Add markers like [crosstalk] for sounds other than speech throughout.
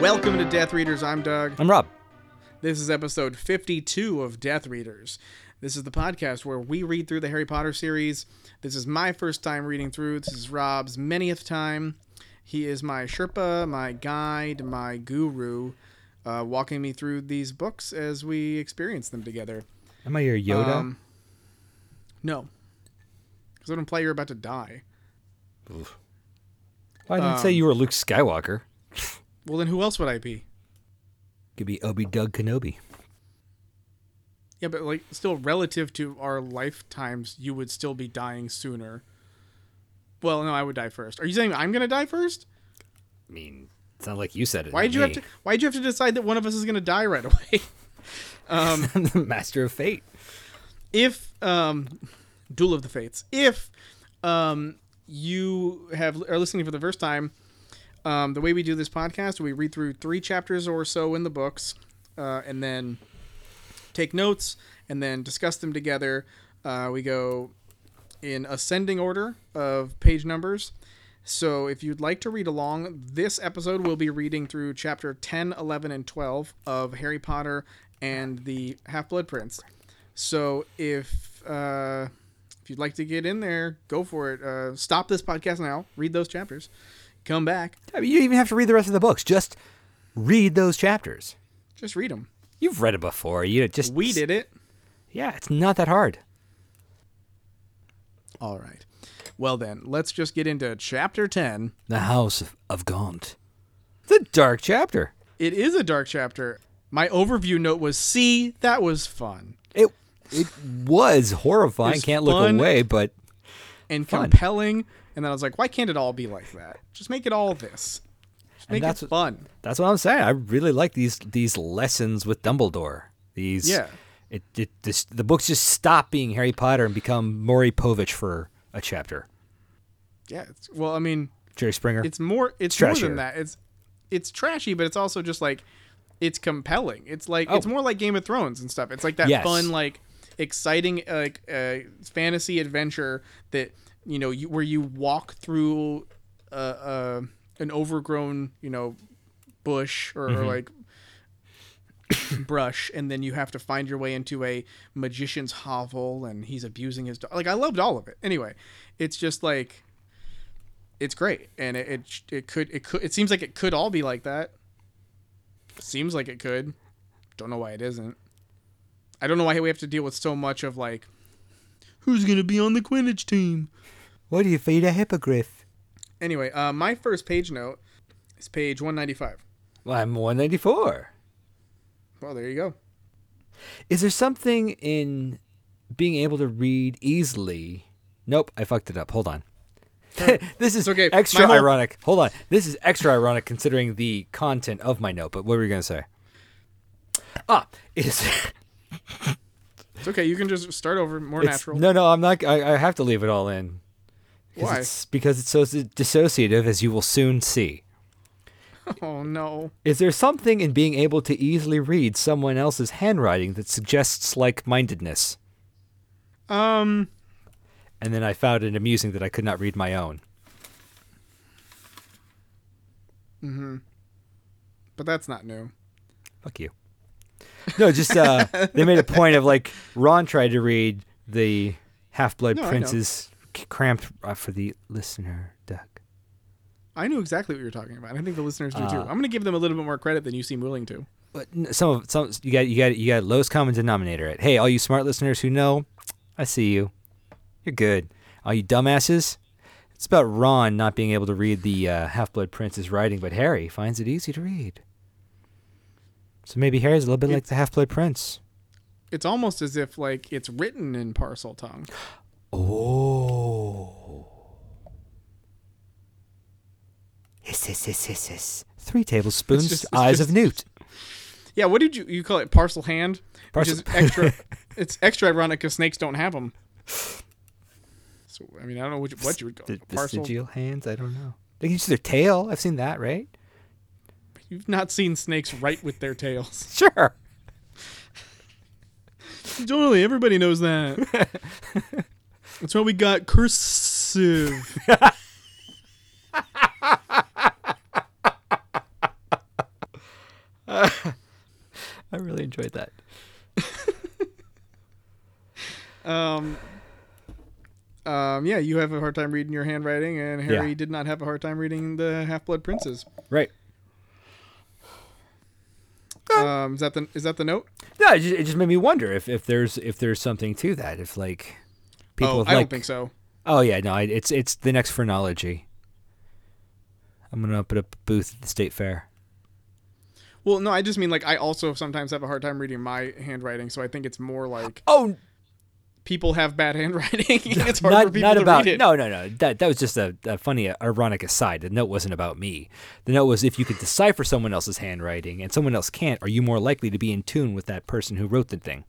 Welcome to Death Readers. I'm Doug. I'm Rob. This is episode 52 of Death Readers. This is the podcast where we read through the Harry Potter series. This is my first time reading through. This is Rob's manyth time. He is my Sherpa, my guide, my guru, uh, walking me through these books as we experience them together. Am I your Yoda? Um, No. Because I don't play, you're about to die. well, I didn't say you were Luke Skywalker. Well, then who else would I be? Could be Obi Doug Kenobi. Yeah, but like still relative to our lifetimes, you would still be dying sooner. Well, no, I would die first. Are you saying I'm gonna die first? I mean, it's not like you said it. Why did you have to? Why did you have to decide that one of us is gonna die right away? [laughs] have to? [laughs] I'm the master of fate. if um, Duel of the Fates, if um, you have are listening for the first time, um, the way we do this podcast, we read through three chapters or so in the books, uh, and then take notes and then discuss them together. Uh, we go in ascending order of page numbers. So if you'd like to read along, this episode we'll be reading through chapter 10, 11, and 12 of Harry Potter and the Half Blood Prince. So if uh, if you'd like to get in there, go for it. Uh, stop this podcast now. Read those chapters. Come back. I mean, you don't even have to read the rest of the books. Just read those chapters. Just read them. You've read it before. You just We did it. Yeah, it's not that hard. All right. Well then, let's just get into chapter 10. The House of, of Gaunt. It's a dark chapter. It is a dark chapter. My overview note was C. That was fun It it was horrifying. It's Can't fun. look away, but and Fun. compelling. And then I was like, why can't it all be like that? Just make it all this. Just make that's it what- fun. That's what I'm saying. I really like these these lessons with Dumbledore. These Yeah. It, it this the books just stop being Harry Potter and become Maury Povich for a chapter. Yeah. It's, well, I mean, Jerry Springer. it's more. It's more than trashier. that. It's it's trashy, but it's also just like it's compelling. It's like it's Oh. more like Game of Thrones and stuff. It's like that Yes. fun, like exciting, like uh, fantasy adventure that you know you, where you walk through uh, uh, an overgrown, you know, bush or, or like brush and then you have to find your way into a magician's hovel and he's abusing his dog like i loved all of it anyway it's just like it's great and it, it sh- it could it could it seems like it could all be like that seems like it could don't know why it isn't i don't know why we have to deal with so much of like who's gonna be on the quidditch team what do you feed a hippogriff? anyway uh, my first page note is page 195 Well, I'm 194. well there you go Is there something in being able to read easily? Nope, I fucked it up. Hold on. [laughs] this is okay. My extra whole- ironic. Hold on. This is extra ironic considering the content of my note, but what were you going to say? Ah, is it's okay you can just start over more It's- natural No, no, I'm not. I, I have to leave it all in. 'Cause Why? It's, because it's so s- dissociative, as you will soon see. oh no Is there something in being able to easily read someone else's handwriting that suggests like-mindedness? um And then I found it amusing that I could not read my own. but that's not new Fuck you. No, [laughs] just uh, they made a point of like Ron tried to read the Half Blood No, I know. Prince's c- cramped uh, for the listener, Duck. I know exactly what you're talking about. I think the listeners do too. Uh, I'm going to give them a little bit more credit than you seem willing to. But n- some of some you got you got you got lowest common denominator. At hey, all you smart listeners who know, I see you. You're good. All you dumbasses, it's about Ron not being able to read the uh, Half Blood Prince's writing, but Harry finds it easy to read. So maybe Harry's a little bit like the Half Blood Prince. It's almost as if like it's written in parcel tongue. Oh. Hiss, hiss, hiss, hiss, hiss. Three tablespoons, It's just- it's eyes of just- newt. Yeah, what did you you call it? Parcel hand, Parcel- [laughs] which is extra. it's extra ironic because snakes don't have them. So I mean, I don't know what you, what you would call The, it. the parcel. vestigial hands? I don't know. They can use their tail. I've seen that, right? You've not seen snakes write with their tails. [laughs] [laughs] Sure. totally, everybody knows that. [laughs] That's why we got cursive. enjoyed that. Um, um, yeah, you have a hard time reading your handwriting, and Harry Yeah. did not have a hard time reading the Half Blood Princes. Right. Ah. Um, is that the is that the note? No, it just, it just made me wonder if, if there's if there's something to that. If like people oh, have, I like don't think so. Oh yeah, no, I- it's it's the next phrenology. I'm gonna open up a booth at the state fair. Well, no, I just mean like I also sometimes have a hard time reading my handwriting, so I think it's more like Oh, people have bad [laughs] handwriting. and it's hard for not people not to about read it. no no no. That that was just a, a funny uh, ironic aside. The note wasn't about me. The note was if you could decipher someone else's handwriting and someone else can't, are you more likely to be in tune with that person who wrote the thing?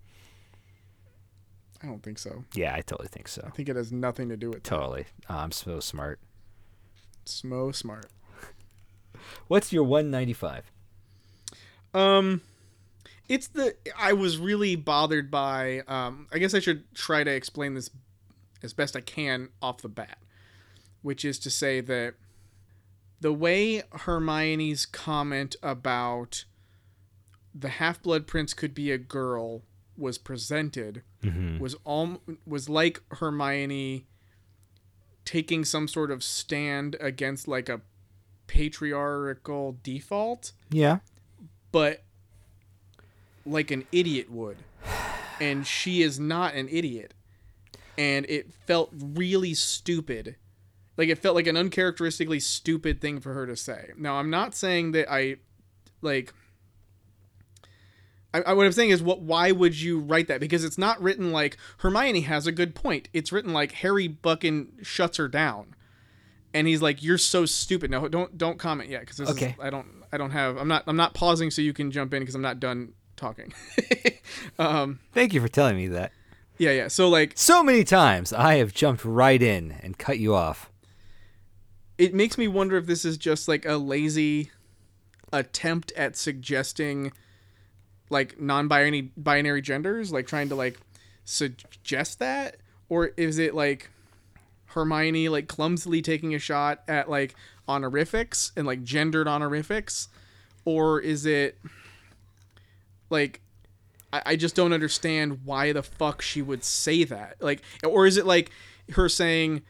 I don't think so. Yeah, I totally think so. I think it has nothing to do with Totally. Oh, I'm so smart. smo smart. What's your 195? Um, it's the I was really bothered by. Um, I guess I should try to explain this as best I can off the bat, which is to say that the way Hermione's comment about the Half Blood Prince could be a girl was presented was all was like Hermione taking some sort of stand against like a patriarchal default Yeah. but like an idiot would. And she is not an idiot. And it felt really stupid. Like it felt like an uncharacteristically stupid thing for her to say. Now, I'm not saying that I like I, I what I'm saying is what why would you write that? Because it's not written like Hermione has a good point. It's written like Harry Buckin shuts her down. And he's like, "You're so stupid." No, don't don't comment yet because Okay. I don't I don't have I'm not I'm not pausing so you can jump in because I'm not done talking. [laughs] um, Thank you for telling me that. yeah, yeah. So like, So many times I have jumped right in and cut you off. it makes me wonder if this is just like a lazy attempt at suggesting like non-binary binary genders, like trying to like suggest that, or is it like Hermione like clumsily taking a shot at like honorifics and like gendered honorifics, or is it like I, I just don't understand why the fuck she would say that, like, or is it like her saying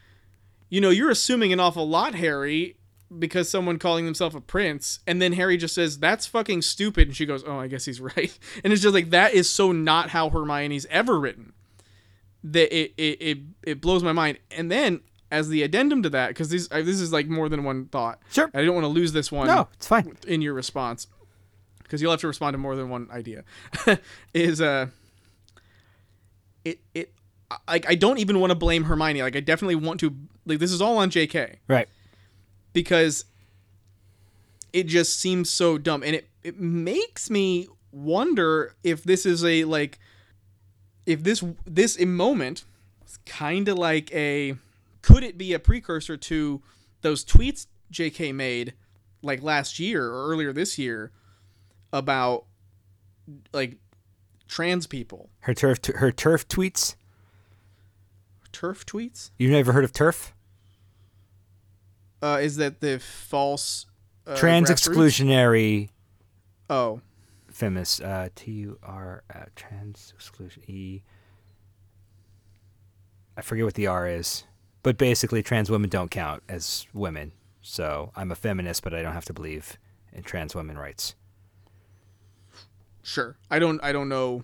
you know, you're assuming an awful lot, Harry, because someone calling themselves a prince, and then Harry just says, "That's fucking stupid," and she goes, "Oh, I guess he's [laughs] right," and it's just like that is so not how Hermione's ever written that it it it, it blows my mind. And then as the addendum to that, because these I- this is like more than one thought. Sure. I don't want to lose this one No, it's fine. in your response because you'll have to respond to more than one idea [laughs] is uh it it I- like I don't even want to blame Hermione like I definitely want to like this is all on JK Right. because it just seems so dumb and it it makes me wonder if this is a like if this this in moment is kind of like a could it be a precursor to those tweets JK made like last year or earlier this year about like trans people Her turf t- her turf tweets. turf tweets You've never heard of turf? uh, is that the false uh, Trans grassroots? exclusionary oh feminist uh T U R uh, trans exclusion E I forget what the R is. But basically trans women don't count as women. So I'm a feminist but I don't have to believe in trans women rights. sure i don't i don't know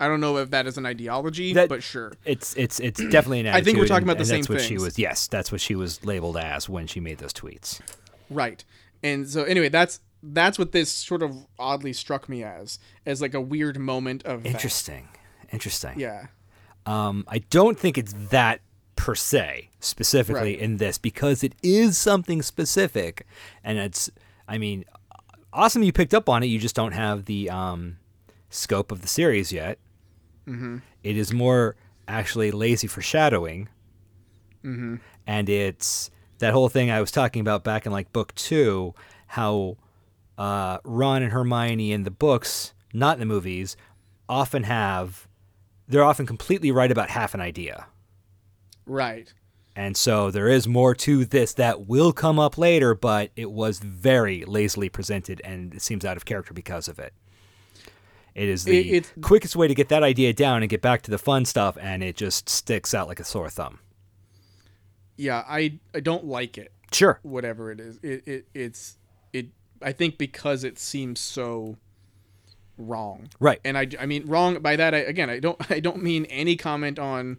i don't know if that is an ideology That- but sure It's it's [clears throat] it's definitely an I think we're attitude, talking and- about the and that's same what she things. was yes, that's what she was labeled as when she made those tweets. right and so anyway that's that's what this sort of oddly struck me as as like a weird moment of that. Interesting. Interesting. yeah Um, I don't think it's that per se specifically Right. in this because it is something specific, and it's. I mean, awesome you picked up on it. You just don't have the um, scope of the series yet. It is more actually lazy foreshadowing, and it's that whole thing I was talking about back in like book two, how uh, Ron and Hermione in the books, not in the movies, often have they're often completely right about half an idea. right And so there is more to this that will come up later, but it was very lazily presented and it seems out of character because of it. It is the It- it- quickest way to get that idea down and get back to the fun stuff, and it just sticks out like a sore thumb. Yeah, I I don't like it. Sure. Whatever it is, it, it it's it. I think because it seems so wrong. Right. and I, I mean wrong by that I, again I don't [laughs] I don't mean any comment on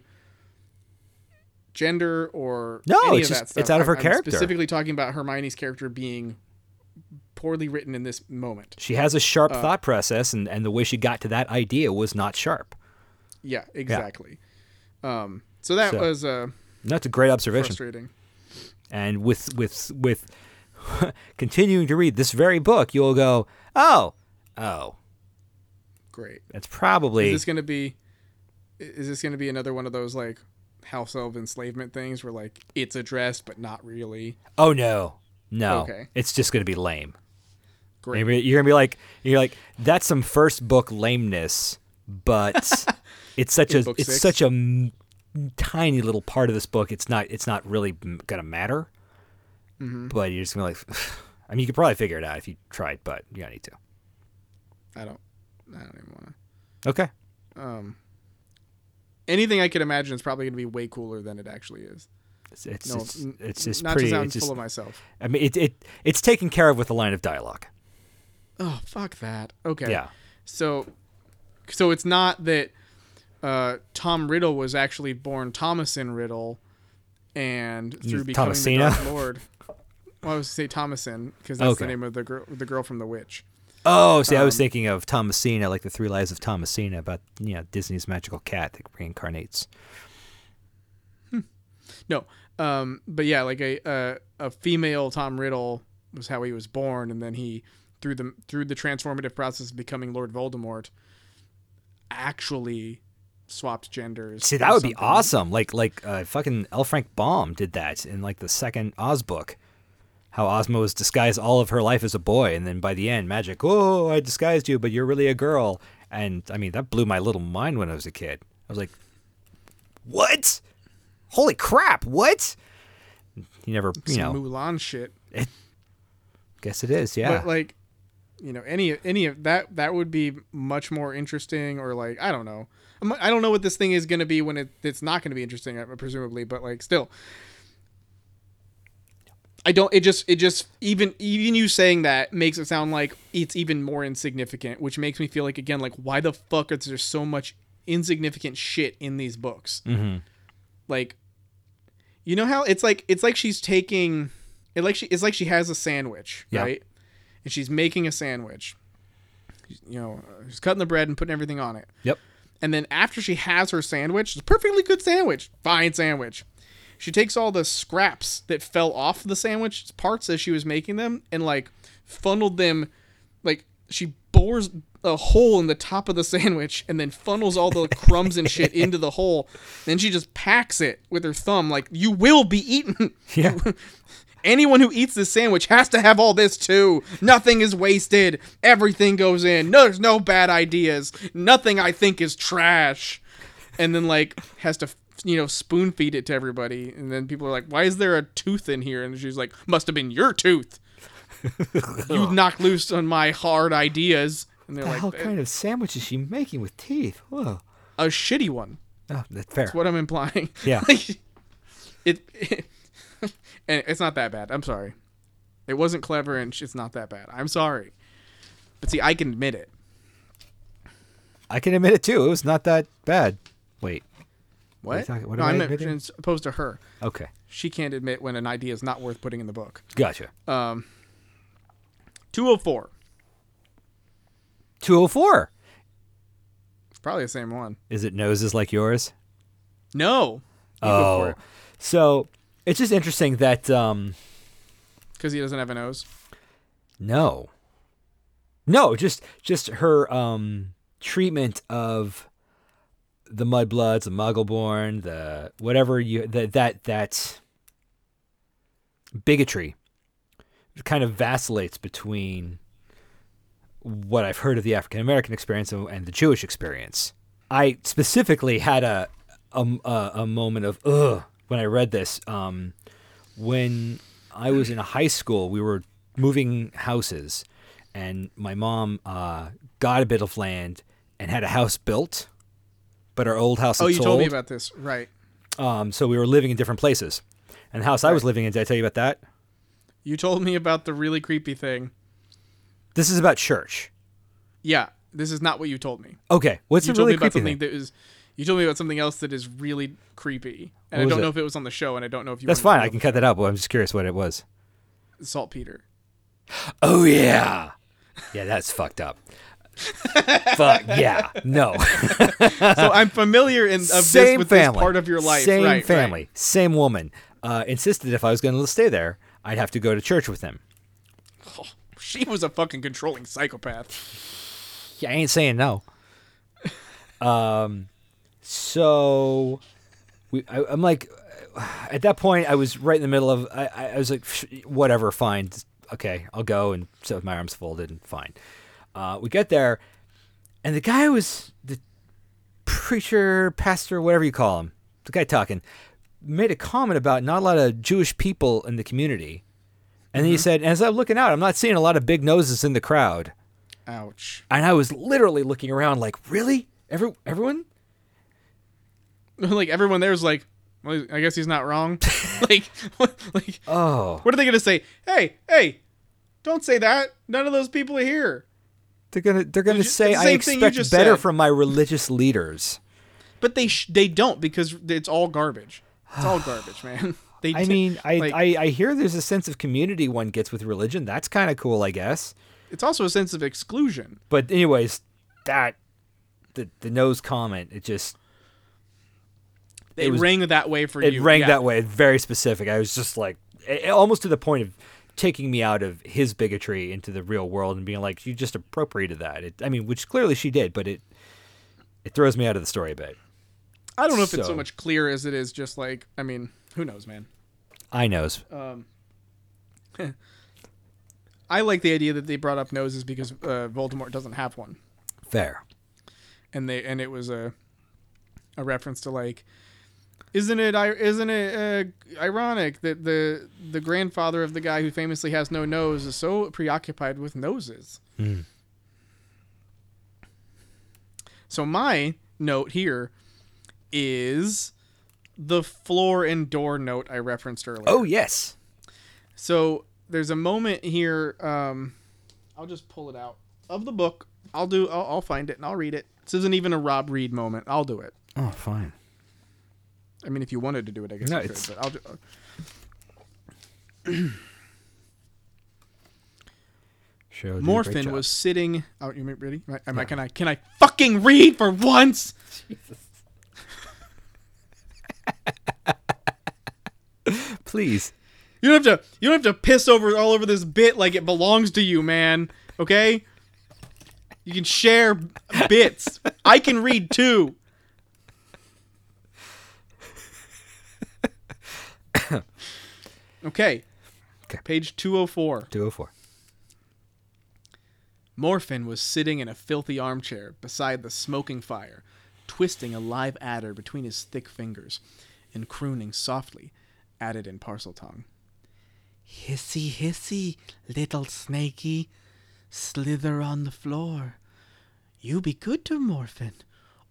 gender or No, any it's of that just- stuff. it's out of I'm- her I'm character. specifically talking about Hermione's character being poorly written in this moment. She has a sharp Uh, thought process, and, and the way she got to that idea was not sharp. Yeah, exactly. Um, so that So- was uh, And that's a great observation. frustrating. and with with with [laughs] continuing to read this very book, you'll go, oh, oh, Great. that's probably Is this gonna be? Is this gonna be another one of those like house elf enslavement things where like it's addressed but not really? oh no, no, Okay. it's just gonna be lame. Great. Maybe You're gonna be like you're like that's some first book lameness, [laughs] but it's such a book it's six. such a m- tiny little part of this book. It's not it's not really m- gonna matter. Mm-hmm. But you're just gonna be like, [sighs] I mean, you could probably figure it out if you tried, but you don't need to. I don't. I don't even want to. Okay. um, anything I could imagine is probably going to be way cooler than it actually is. It's it's No, it's, n- it's just not pretty. to sound it's just, full of myself. I mean, it, it it's taken care of with a line of dialogue. Oh fuck that. Okay. Yeah. So, so it's not that uh, Tom Riddle was actually born Thomason Riddle, and through becoming Thomasina? the Dark [laughs] Lord. Well, I was to say Thomason because that's Okay. the name of the girl, the girl from The Witch. Oh, see, I Um, was thinking of Thomasina, like the Three Lives of Thomasina, about you know Disney's magical cat that reincarnates. No, um, but yeah, like a, a a female Tom Riddle was how he was born, and then he through the through the transformative process of becoming Lord Voldemort actually swapped genders. See, that or would be something. awesome. Like like uh, fucking L. Frank Baum did that in like the second Oz book. How Ozma was disguised all of her life as a boy, and then by the end, magic. Oh, I disguised you, but you're really a girl. And I mean, that blew my little mind when I was a kid. I was like, "What? Holy crap! What?" You never, you Some know. Mulan shit. Guess it is. Yeah. But like, you know, any any of that that would be much more interesting. Or like, I don't know. I'm- I don't know what this thing is going to be when it, it's not going to be interesting, uh, presumably. But like, still, I don't. It just it just even even you saying that makes it sound like it's even more insignificant, which makes me feel like again like why the fuck is there so much insignificant shit in these books? Mm-hmm. Like, you know how it's like it's like she's taking it like she it's like she has a sandwich Yeah. right, and she's making a sandwich. You know, she's cutting the bread and putting everything on it. yep. And then after she has her sandwich, it's a perfectly good sandwich, fine sandwich. She takes all the scraps that fell off the sandwich parts as she was making them and like funneled them like she bores a hole in the top of the sandwich and then funnels all the crumbs and shit into the hole. Then she just packs it with her thumb like you will be eaten. Yeah. Anyone who eats this sandwich has to have all this too. Nothing is wasted. Everything goes in. No, there's no bad ideas. Nothing I think is trash. And then like has to you know spoon feed it to everybody. And then people are like, "Why is there a tooth in here?" And she's like, "Must have been your tooth. You knocked loose on my hard ideas." And they're like, What Oh, eh, kind of sandwich is she making with teeth? Whoa. "A shitty one." Oh, that's fair. What I'm implying. Yeah. [laughs] Like, it, it [laughs] and it's not that bad. I'm sorry. It wasn't clever and sh- it's not that bad. I'm sorry. But see, I can admit it. I can admit it too. It was not that bad. Wait. What? you talking- what no, am I I'm admitting? it's opposed to her. Okay. She can't admit when an idea is not worth putting in the book. Gotcha. 204. 204. It's probably the same one. Is it noses like yours? No. Oh. So it's just interesting that, um, Because he doesn't have a nose. no. No, just, just her, um, treatment of the mudbloods, the muggleborn, the whatever you, that, that, that bigotry kind of vacillates between what I've heard of the African American experience and, and the Jewish experience. I specifically had a a, a, a moment of ugh when I read this. Um, when I was in high school, we were moving houses, and my mom uh, got a bit of land and had a house built, but our old house. Oh, had you told me sold. about this, right? Um, so we were living in different places, and the house I was living in. Did I tell you about that? You told me about the really creepy thing. This is about church. Yeah, this is not what you told me. Okay, what's you the told really me about creepy something thing? that is. You told me about something else that is really creepy, and I What was don't it? know if it was on the show, and I don't know if you. That's wanted fine. to I can cut that out, but I'm just curious what it was. know. saltpeter. Oh yeah, [laughs] yeah, that's [laughs] fucked up. Fuck yeah, no. So I'm familiar in of this same with family, this part of your life. same right, right. family, same woman. Uh, insisted if I was going to stay there, I'd have to go to church with him. She was a fucking controlling psychopath. Yeah, I ain't saying no. Um, so we, I, I'm like, at that point, I was right in the middle of. I, I- I was like, "Psh, whatever, fine, okay, I'll go and sit with my arms folded and fine. Uh, we get there, and the guy was the preacher, pastor, whatever you call him, the guy talking, made a comment about not a lot of Jewish people in the community. And then he said, as I'm looking out, I'm not seeing a lot of big noses in the crowd Ouch. and I was literally looking around like, really? Every everyone? [laughs] like everyone there's like, well, I guess he's not wrong. [laughs] like, what, like, Oh, what are they gonna say? Hey, hey, don't say that. None of those people are here. they're gonna they're gonna ju- say the I same thing you expect just better said. from my religious leaders. But they sh- they don't because it's all garbage. It's [sighs] all garbage, man. They I d- mean, I, like, I I hear there's a sense of community one gets with religion. That's kind of cool, I guess. it's also a sense of exclusion. But anyways, that the the nose comment it just It, was- rang that way for it you. rang yeah. that way, very specific. I was just like a- a- almost to the point of taking me out of his bigotry into the real world and being like, you just appropriated that. It, I mean, which clearly she did, but it it throws me out of the story a bit. I don't know if it's so So- much clear as it is just like I mean, who knows, man. I knows. I like the idea that they brought up noses because uh, Voldemort doesn't have one, Fair. and they and it was a a reference to like, isn't it i- isn't it uh, ironic that the the grandfather of the guy who famously has no nose is so preoccupied with noses. So my note here is the floor and door note I referenced earlier. Oh yes. So there's a moment here. Um, I'll just pull it out of the book. I'll do. I'll, I'll find it and I'll read it. This isn't even a Rob Reed moment. I'll do it. Oh, fine. I mean, if you wanted to do it, I guess No, you it's- could. But I'll do. uh, Sure. Morphin was sitting. Oh, you ready? Am I, am I- can I? Can I fucking read for once? Please. You don't have to. You don't have to piss over all over this bit like it belongs to you, man. Okay. You can share b- bits. I can read too. Okay. Okay. Page 204. Two oh four. Morphin was sitting in a filthy armchair beside the smoking fire, twisting a live adder between his thick fingers and crooning softly, added in parcel tongue. Hissy, hissy, little snaky, slither on the floor. You be good to Morphin,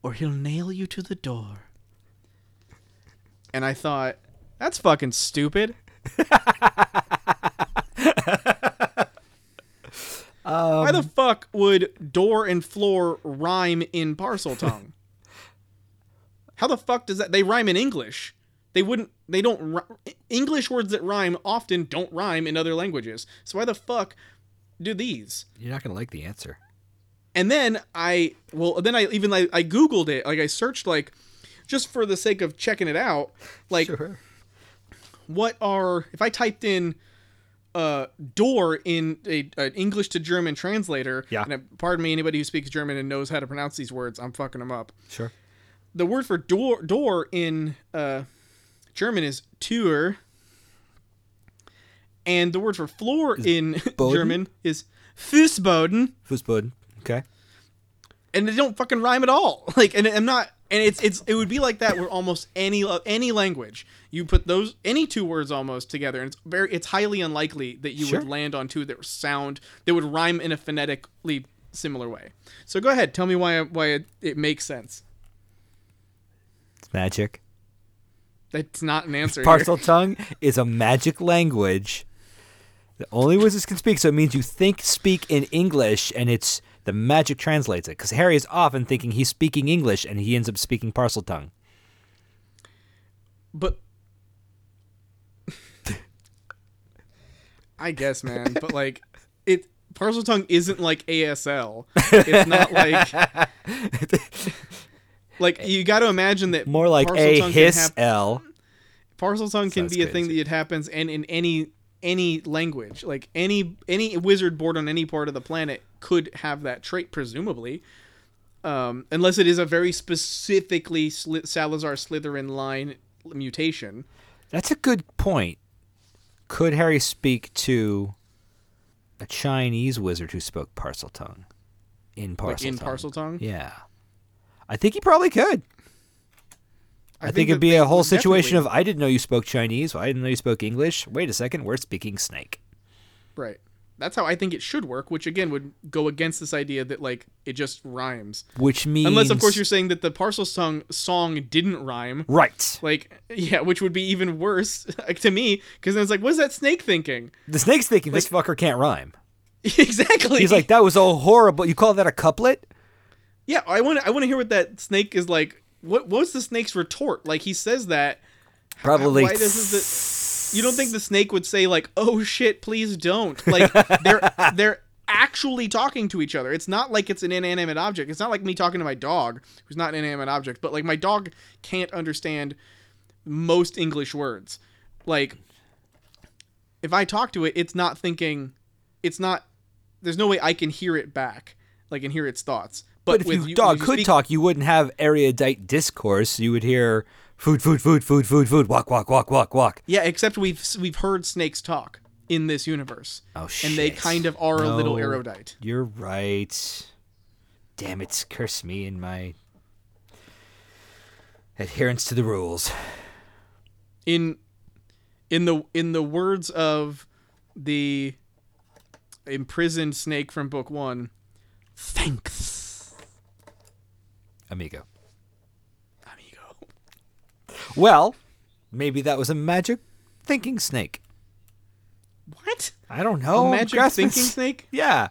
or he'll nail you to the door. And I thought, that's fucking stupid. Why the fuck would door and floor rhyme in parcel tongue? How the fuck does that? They rhyme in English. They wouldn't. They don't. ry- English words that rhyme often don't rhyme in other languages. So why the fuck do these? You're not gonna like the answer. And then I well then I even like I googled it like I searched like just for the sake of checking it out like Sure. what are if I typed in uh door in a, an English to German translator Yeah. and uh, pardon me anybody who speaks German and knows how to pronounce these words I'm fucking them up Sure. the word for door door in uh, German is Tür, and the word for floor in [laughs] Boden? German is Fußboden, Fußboden. Okay. and they don't fucking rhyme at all. [laughs] Like, and I'm not, and it's it's it would be like that with almost any uh, any language. You put those any two words almost together, and it's very it's highly unlikely that you Sure. would land on two that sound that would rhyme in a phonetically similar way. So go ahead, tell me why why it, it makes sense. It's magic. That's not an answer. here. Parcel tongue is a magic language that only wizards can speak. So it means you think, speak in English, and it's the magic translates it. Because Harry is often thinking he's speaking English, and he ends up speaking parcel tongue. [laughs] But I guess, man. But like, it parcel tongue isn't like ASL. It's not like like you got to imagine that More like parcel a tongue can hiss hap- l. parcel tongue can Sounds be a good. thing that it happens and in any any language like any any wizard born on any part of the planet could have that trait presumably um, unless it is a very specifically Sli- salazar slytherin line mutation That's a good point. Could Harry speak to a Chinese wizard who spoke parcel tongue? In parcel like in tongue. parcel tongue Yeah. I think he probably could. I, think, it'd that be they a whole would situation definitely- of I didn't know you spoke Chinese. Well, I didn't know you spoke English. Wait a second, we're speaking snake. right that's how i think it should work which again would go against this idea that like it just rhymes Which means unless of course you're saying that the parcel tongue song didn't rhyme [laughs] right. like [laughs] yeah which would be even worse [laughs] like, to me because then it's like what is that snake thinking [laughs] The snake's thinking this fucker can't rhyme. exactly He's like, that was a horrible. You call that a couplet? yeah i want to i want to hear what that snake is like what what was the snake's retort like he says that Probably. why doesn't the you don't think the snake would say like oh shit please don't like [laughs] they're they're actually talking to each other it's not like it's an inanimate object it's not like me talking to my dog who's not an inanimate object but like my dog can't understand most english words like if i talk to it it's not thinking it's not there's no way i can hear it back like and hear its thoughts but, But if with your you, dog if you could speak- talk, you wouldn't have erudite discourse. You would hear food, food, food, food, food, food, walk, walk, walk, walk, walk. Yeah, except we've we've heard snakes talk in this universe. Oh, And they shit. kind of are a little No. erudite. You're right. Damn it, curse me and my adherence to the rules. In in the in the words of the imprisoned snake from book 1, thanks, Amigo. amigo. Well, maybe that was a magic thinking snake. What? I don't A know. I'm magic grasping thinking s- snake? [laughs] Yeah.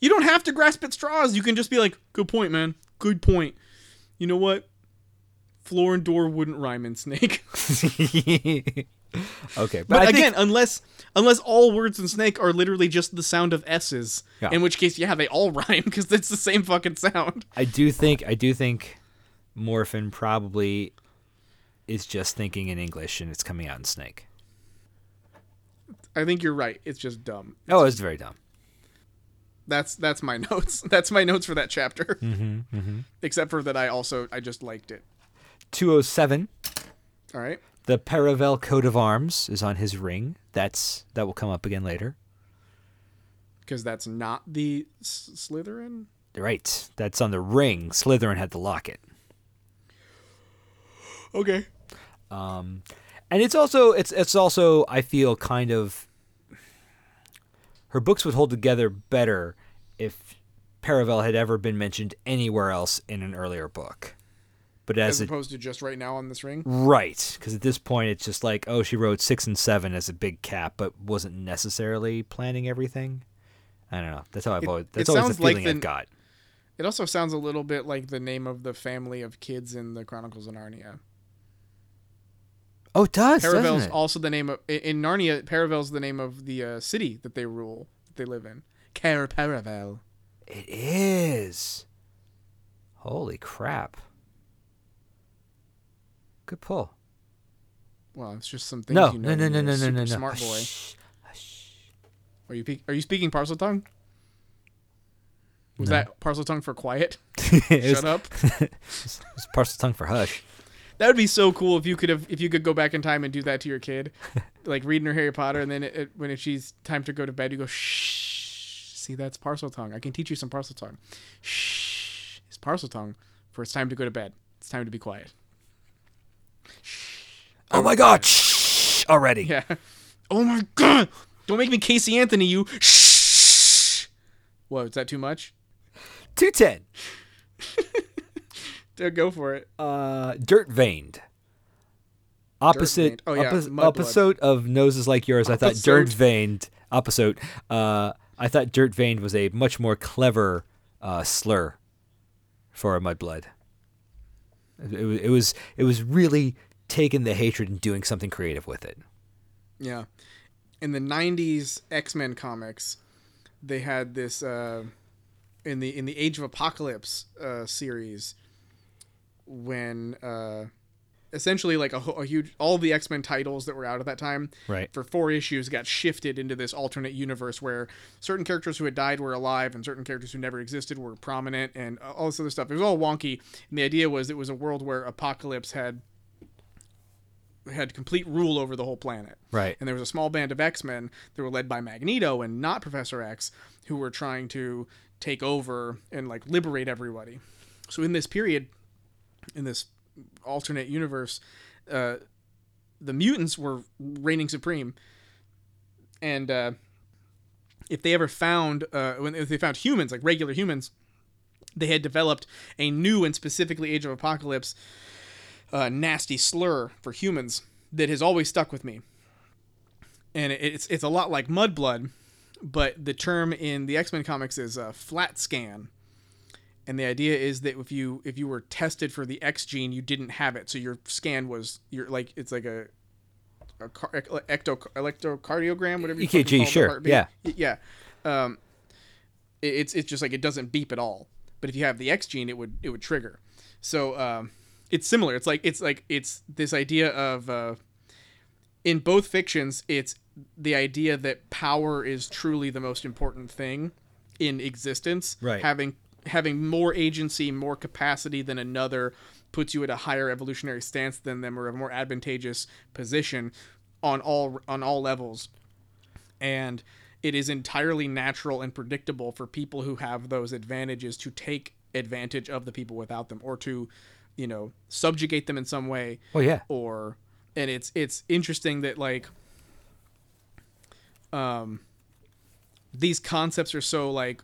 You don't have to grasp at straws. You can just be like, "Good point, man. Good point." You know what? Floor and door wouldn't rhyme in snake. [laughs] okay. But, But I think- again, unless unless all words in snake are literally just the sound of s's, Yeah. in which case, yeah, they all [laughs] rhyme because it's the same fucking sound. I do think I do think Morphin probably is just thinking in English and it's coming out in snake. I think you're right. It's just dumb. Oh, it's very dumb. That's that's my [laughs] notes. That's my notes for that chapter. Mm-hmm, Except for that, I also I just liked it. 207 All right. The Paravel coat of arms is on his ring. That's that will come up again later. Because that's not the S- Slytherin. Right, that's on the ring. Slytherin had the locket, Okay. and it's also it's it's also I feel kind of her books would hold together better if Paravel had ever been mentioned anywhere else in an earlier book. But as As it opposed to just right now on this ring. right, because at this point it's just like oh she wrote six and seven as a big cap, but wasn't necessarily planning everything. I don't know. That's how I've always that's always the sounds like feeling the- I've got. It also sounds a little bit like the name of the family of kids in the Chronicles of Narnia. Oh, it does. doesn't Paravel's it? also the name of in- in Narnia. Paravel's the name of the uh, city that they rule, that they live in. Care Paravel. It is. Holy crap. Good pull. Well, it's just some things No, you no, know. no, when no, you're no, a no, no, super no. Smart boy. Shh. [laughs] Are you pe- are you speaking parcel tongue? Was that parcel tongue for quiet? It was- [laughs] Shut up. It's it's parcel tongue for hush. That would be so cool if you could have if you could go back in time and do that to your [laughs] kid, like reading her Harry Potter, and then it, it, when she's time to go to bed, you go shh. See, that's parcel tongue. I can teach you some parcel tongue. Shh, it's parcel tongue for it's time to go to bed. It's time to be quiet. [laughs] Oh my god. Shh. Already. Yeah. Oh my god! Don't make me Casey Anthony, you. Shh. Whoa, is that too much? Two ten. Dude, go for it. Uh, dirt veined. Veined. Opposite Oh, yeah, oppos- Mudblood. episode of noses like yours. I thought dirt Episode. veined episode. Uh, I thought dirt veined was a much more clever uh, slur for a mudblood. It, it, was- it was it was really taking the hatred and doing something creative with it. Yeah. In the '90s X-Men comics, they had this uh, in the in the Age of Apocalypse uh, series when uh, essentially like a, ho- a huge all the X-Men titles that were out at that time Right. for four issues got shifted into this alternate universe where certain characters who had died were alive and certain characters who never existed were prominent and all this other stuff. It was all wonky, and the idea was it was a world where Apocalypse had had complete rule over the whole planet. Right. And there was a small band of X Men that were led by Magneto and not Professor X, who were trying to take over and like liberate everybody. So in this period, in this alternate universe, uh, the mutants were reigning supreme, and uh, if they ever found uh, when if they found humans like regular humans, they had developed a new and specifically Age of Apocalypse uh, nasty slur for humans that has always stuck with me, and it- it's it's a lot like mudblood, but the term in the X Men comics is uh, flat scan. And the idea is that if you if you were tested for the X gene, you didn't have it, so your scan was you're like it's like a a car, e, ecto, electrocardiogram, whatever you fucking EKG, call the E sure, heartbeat. yeah. Y- yeah. Um, it- it's it's just like it doesn't beep at all. But if you have the X gene, it would it would trigger. So um, it's similar. It's like it's like it's this idea of uh, in both fictions, it's the idea that power is truly the most important thing in existence. Right. Having having more agency, more capacity than another puts you at a higher evolutionary stance than them or a more advantageous position on all on all levels. And it is entirely natural and predictable for people who have those advantages to take advantage of the people without them or to, you know, subjugate them in some way Oh yeah. or and it's it's interesting that like um these concepts are so like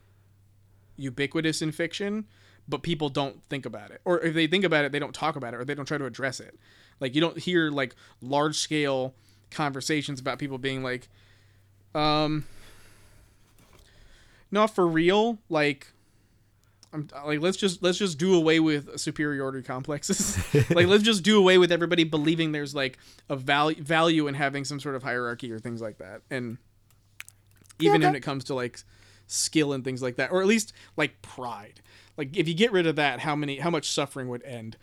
ubiquitous in fiction but people don't think about it or if they think about it they don't talk about it or they don't try to address it like you don't hear like large scale conversations about people being like um not for real like I'm like let's just let's just do away with superiority complexes. like let's just do away with everybody believing there's like a value value in having some sort of hierarchy or things like that. And even when it comes to like skill and things like that or at least like pride. Like if you get rid of that, how many how much suffering would end?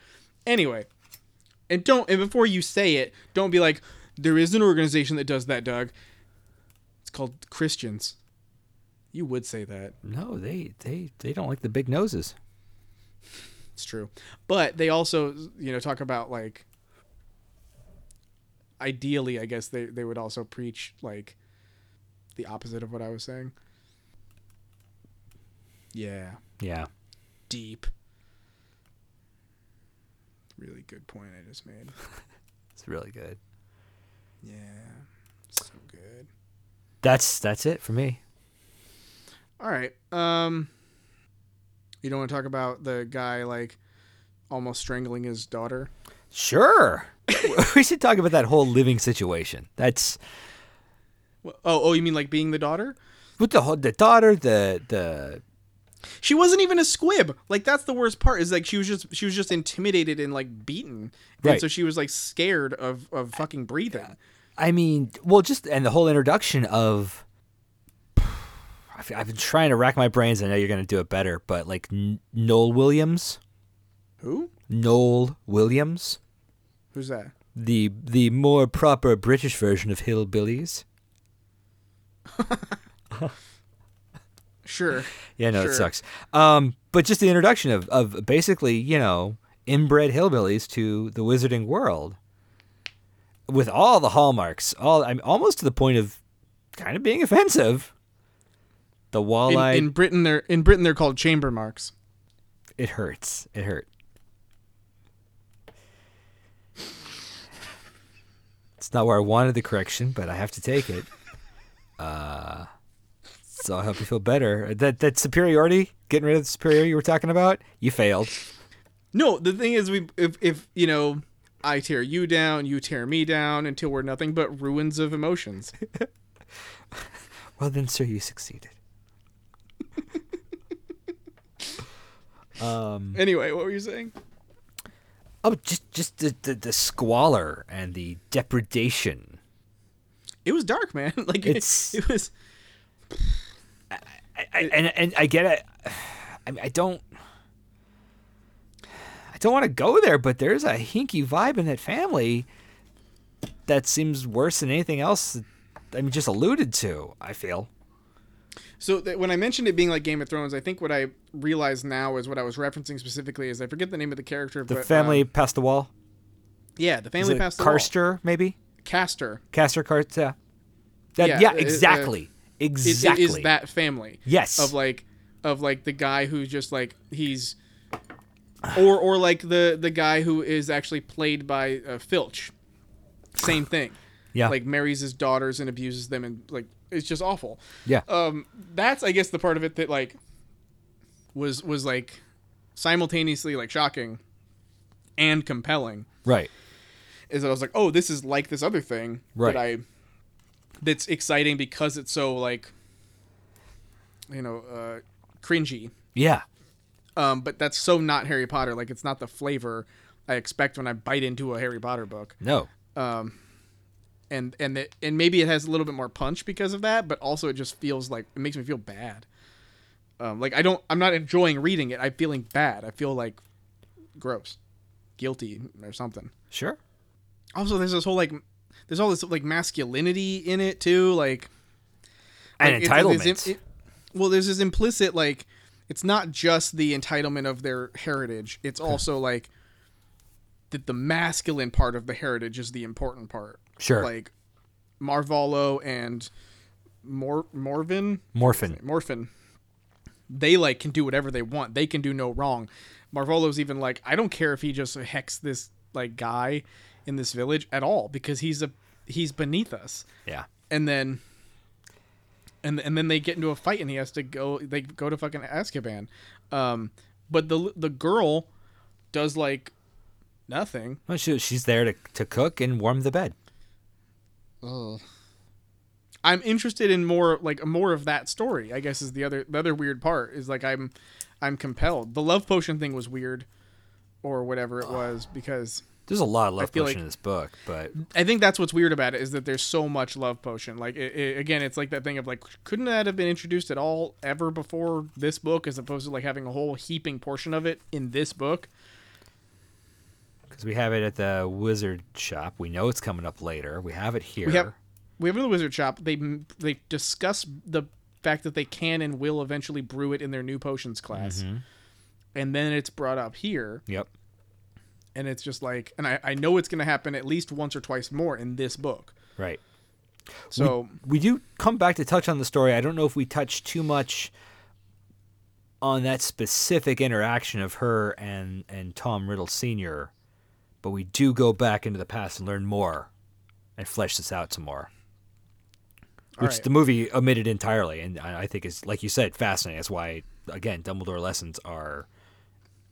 Anyway, and don't and before you say it, don't be like there is an organization that does that, Doug. It's called Christians. You would say that. No, they they they don't like the big noses. It's true. But they also, you know, talk about like ideally, I guess they, they would also preach like the opposite of what I was saying. Yeah. Yeah. Deep. Really good point I just made. It's really good. Yeah. So good. That's that's it for me. All right. Um you don't want to talk about the guy like almost strangling his daughter? Sure. [laughs] we should talk about that whole living situation. That's Wh- Oh, oh, you mean like being the daughter? with the whole, the daughter, the the She wasn't even a squib. Like that's the worst part is like she was just she was just intimidated and like beaten. And Right. so she was like scared of of fucking breathing. I mean, well, just and the whole introduction of. I've, I've been trying to rack my brains. I know you're going to do it better, but like N- Noel Williams, Who? Noel Williams, Who's that? the the more proper British version of hillbillies. Sure. Yeah, no, Sure. it sucks. Um, but just the introduction of, of basically, you know, inbred hillbillies to the wizarding world with all the hallmarks, all I'm almost to the point of kind of being offensive. The In, walleye, in Britain they're in Britain they're called chamber marks. it hurts. It hurt. It's not where I wanted the correction, but I have to take it. Uh, So I'll help you feel better. That that superiority, getting rid of the superiority you were talking about, you failed. No, the thing is, we if if you know, I tear you down, you tear me down, until we're nothing but ruins of [laughs] emotions. Well then, sir, you succeeded. um. anyway, what were you saying? Oh, just just the, the the squalor and the depredation. It was dark, man. [laughs] Like it's, It's- it was. I, I, and and I get it. [sighs] I mean, I don't. I don't want to go there, but there's a hinky vibe in that family that seems worse than anything else. that- I mean, just alluded to. I feel. So that when I mentioned it being like Game of Thrones, I think what I realize now is what I was referencing specifically is I forget the name of the character. The but, family um, past the wall. yeah, the Is family it passed the wall. Carster, maybe Caster. Caster Carster. Yeah. That, yeah, Yeah, it- uh, exactly. It- exactly. it is that family. Yes. Of like, of like the guy who's just like he's, or or like the the guy who is actually played by uh, Filch. Same thing. yeah. Like marries his daughters and abuses them and like it's just awful. yeah. um that's i guess the part of it that like was was like simultaneously like shocking and compelling right. is that i was like oh this is like this other thing Right. that i that's exciting because it's so like you know uh cringy Yeah. um but that's so not harry potter like it's not the flavor i expect when i bite into a harry potter book No. and and it, and maybe it has a little bit more punch because of that, but also it just feels like it makes me feel bad. Um, like I don't, I'm not enjoying reading it. I'm feeling bad. I feel like gross, guilty or something. Sure. Also, there's this whole like, there's all this like masculinity in it too. Like like, And entitlement. it's- it's- it- well, there's this implicit like it's not just the entitlement of their heritage. It's also like that the masculine part of the heritage is the important part. Sure. Like Marvolo and Mor Morvin Morphin. Morphin. They like can do whatever they want. They can do no wrong. Marvolo's even like, I don't care if he just hex this like guy in this village at all because he's a he's beneath us Yeah. and then and and then they get into a fight and he has to go they go to fucking Azkaban. Um but the the girl does like nothing. Well, she, she's there to, to cook and warm the bed. I'm interested in more like more of that story. I guess is the other the other weird part is like I'm I'm compelled. The love potion thing was weird or whatever it was because There's a lot of love feel potion like- in this book, but I think that's what's weird about it is that there's so much love potion. Like it, it- again, it's like that thing of like, couldn't that have been introduced at all ever before this book, as opposed to like having a whole heaping portion of it in this book? because we have it at the wizard shop, we know it's coming up later. We have it here. We have we have it in the wizard shop. They they discuss the fact that they can and will eventually brew it in their new potions class, Mm-hmm. and then it's brought up here, Yep. and it's just like, and I I know it's gonna happen at least once or twice more in this book. Right. So We do come back to touch on the story. I don't know if we touch too much on that specific interaction of her and and Tom Riddle Senior, but we do go back into the past and learn more and flesh this out some more. All Which right. the movie omitted entirely, and I I think is like you said, fascinating. That's why again, Dumbledore lessons are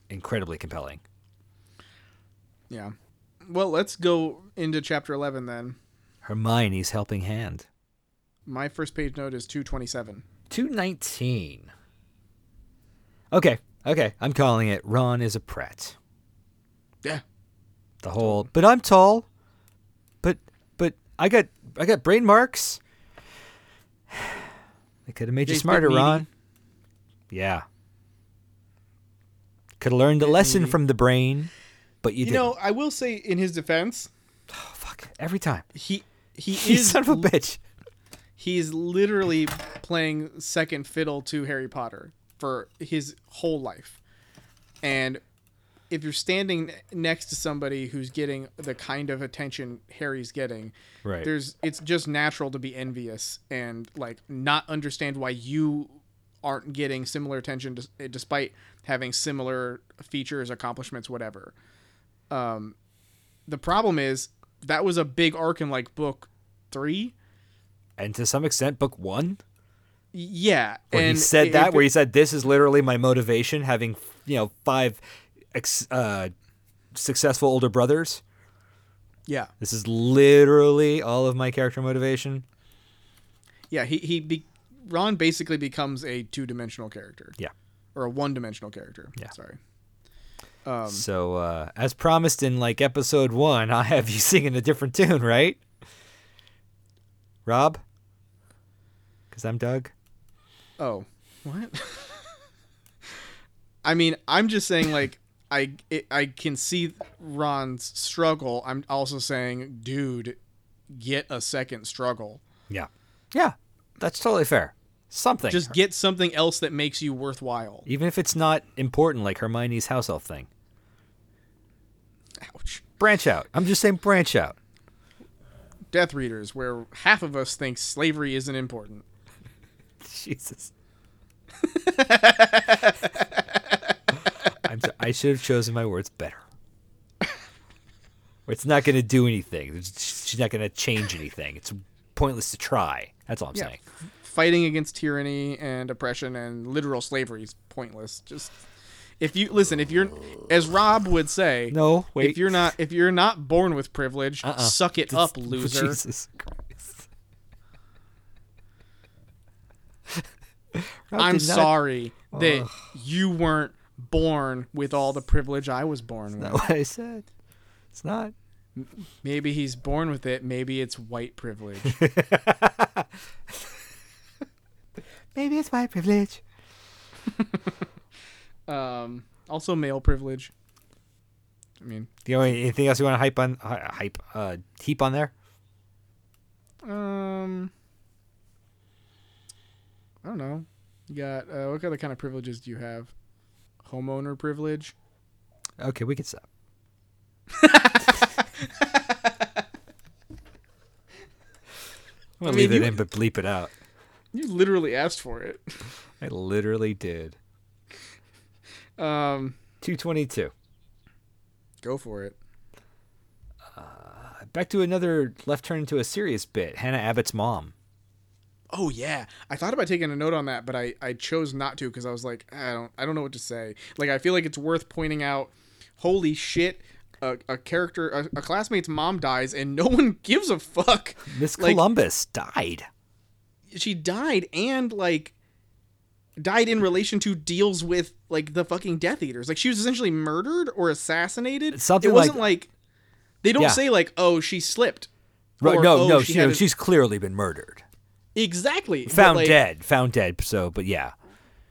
incredibly compelling. yeah, well let's go into chapter eleven then. Hermione's helping hand. My first page note is 227. 219. Okay, okay. I'm calling it Ron is a Pratt. Yeah. The whole but I'm tall. But but I got I got brain marks. They could have made Yeah, you he's a bit smarter, needy. Ron. Yeah. Could have learned a lesson from the brain, but you, You didn't. know, I will say in his defense, oh, fuck. Every time. he he You is [laughs] son of a bitch. he's literally playing second fiddle to Harry Potter for his whole life. And if you're standing next to somebody who's getting the kind of attention Harry's getting, Right. there's it's just natural to be envious and like not understand why you aren't getting similar attention des- eh, despite having similar features, accomplishments, whatever. Um, the problem is that was a big arc in like book three. And to some extent, book one. yeah. where and he said it- that, it- where he said, "This is literally my motivation." Having you know five ex- uh, successful older brothers, yeah, this is literally all of my character motivation. yeah. He he be, Ron basically becomes a two dimensional character. Yeah. Or a one dimensional character. Yeah. Sorry. Um, so, uh, as promised in like episode one, [laughs] I have you singing a different tune, right, Rob? Because I'm Doug. Oh, what? [laughs] I mean, I'm just saying, like, I it, I can see Ron's struggle. I'm also saying, dude, get a second struggle. Yeah, yeah, that's totally fair. Something, Just get something else that makes you worthwhile. even if it's not important, like Hermione's house elf thing. Ouch. Branch out. I'm just saying, branch out. Death Readers, where half of us think slavery isn't important. [laughs] Jesus. I'm so, I should have chosen my words better. It's not going to do anything. It's- She's not going to change anything. It's pointless to try. That's all I'm Yeah. saying. Fighting against tyranny and oppression and literal slavery is pointless. Just if you listen, if you're as Rob would say, No, wait. if you're [laughs] not if you're not born with privilege, Uh-uh. suck it That's- up, loser. [laughs] Jesus Christ. Rob [laughs] I'm did not- [laughs] sorry that you weren't born with all the privilege I was born Not with. what I said. [laughs] It's not. [laughs] Maybe he's born with it. Maybe it's white [laughs] privilege. Maybe it's my privilege. um, also, male privilege. I mean, Do you know anything else you want to hype on? hy- Hype, uh, heap on there? um, I don't know. You got uh, what other kind of privileges do you have? Homeowner privilege. Okay, we can stop. I'm I gonna mean, leave it you- in, but bleep it out. You literally asked for it. [laughs] I literally did. Um, 222. go for it. Uh, Back to another left turn into a serious bit. Hannah Abbott's mom. Oh yeah, I thought about taking a note on that, but I I chose not to because I was like, I don't I don't know what to say. Like I feel like it's worth pointing out. Holy shit, a, a character, a, a classmate's mom dies, and no [laughs] one gives a fuck. Miss Like- Columbus died. She died, and like died in relation to deals with like the fucking Death Eaters. Like she was essentially murdered or assassinated. Something It like- wasn't like, they don't Yeah. say like, oh, she slipped. Right? Or, no, "Oh, no, she she had no, a-" she's clearly been murdered. Exactly. but, Found like, dead. Found dead. So, but yeah.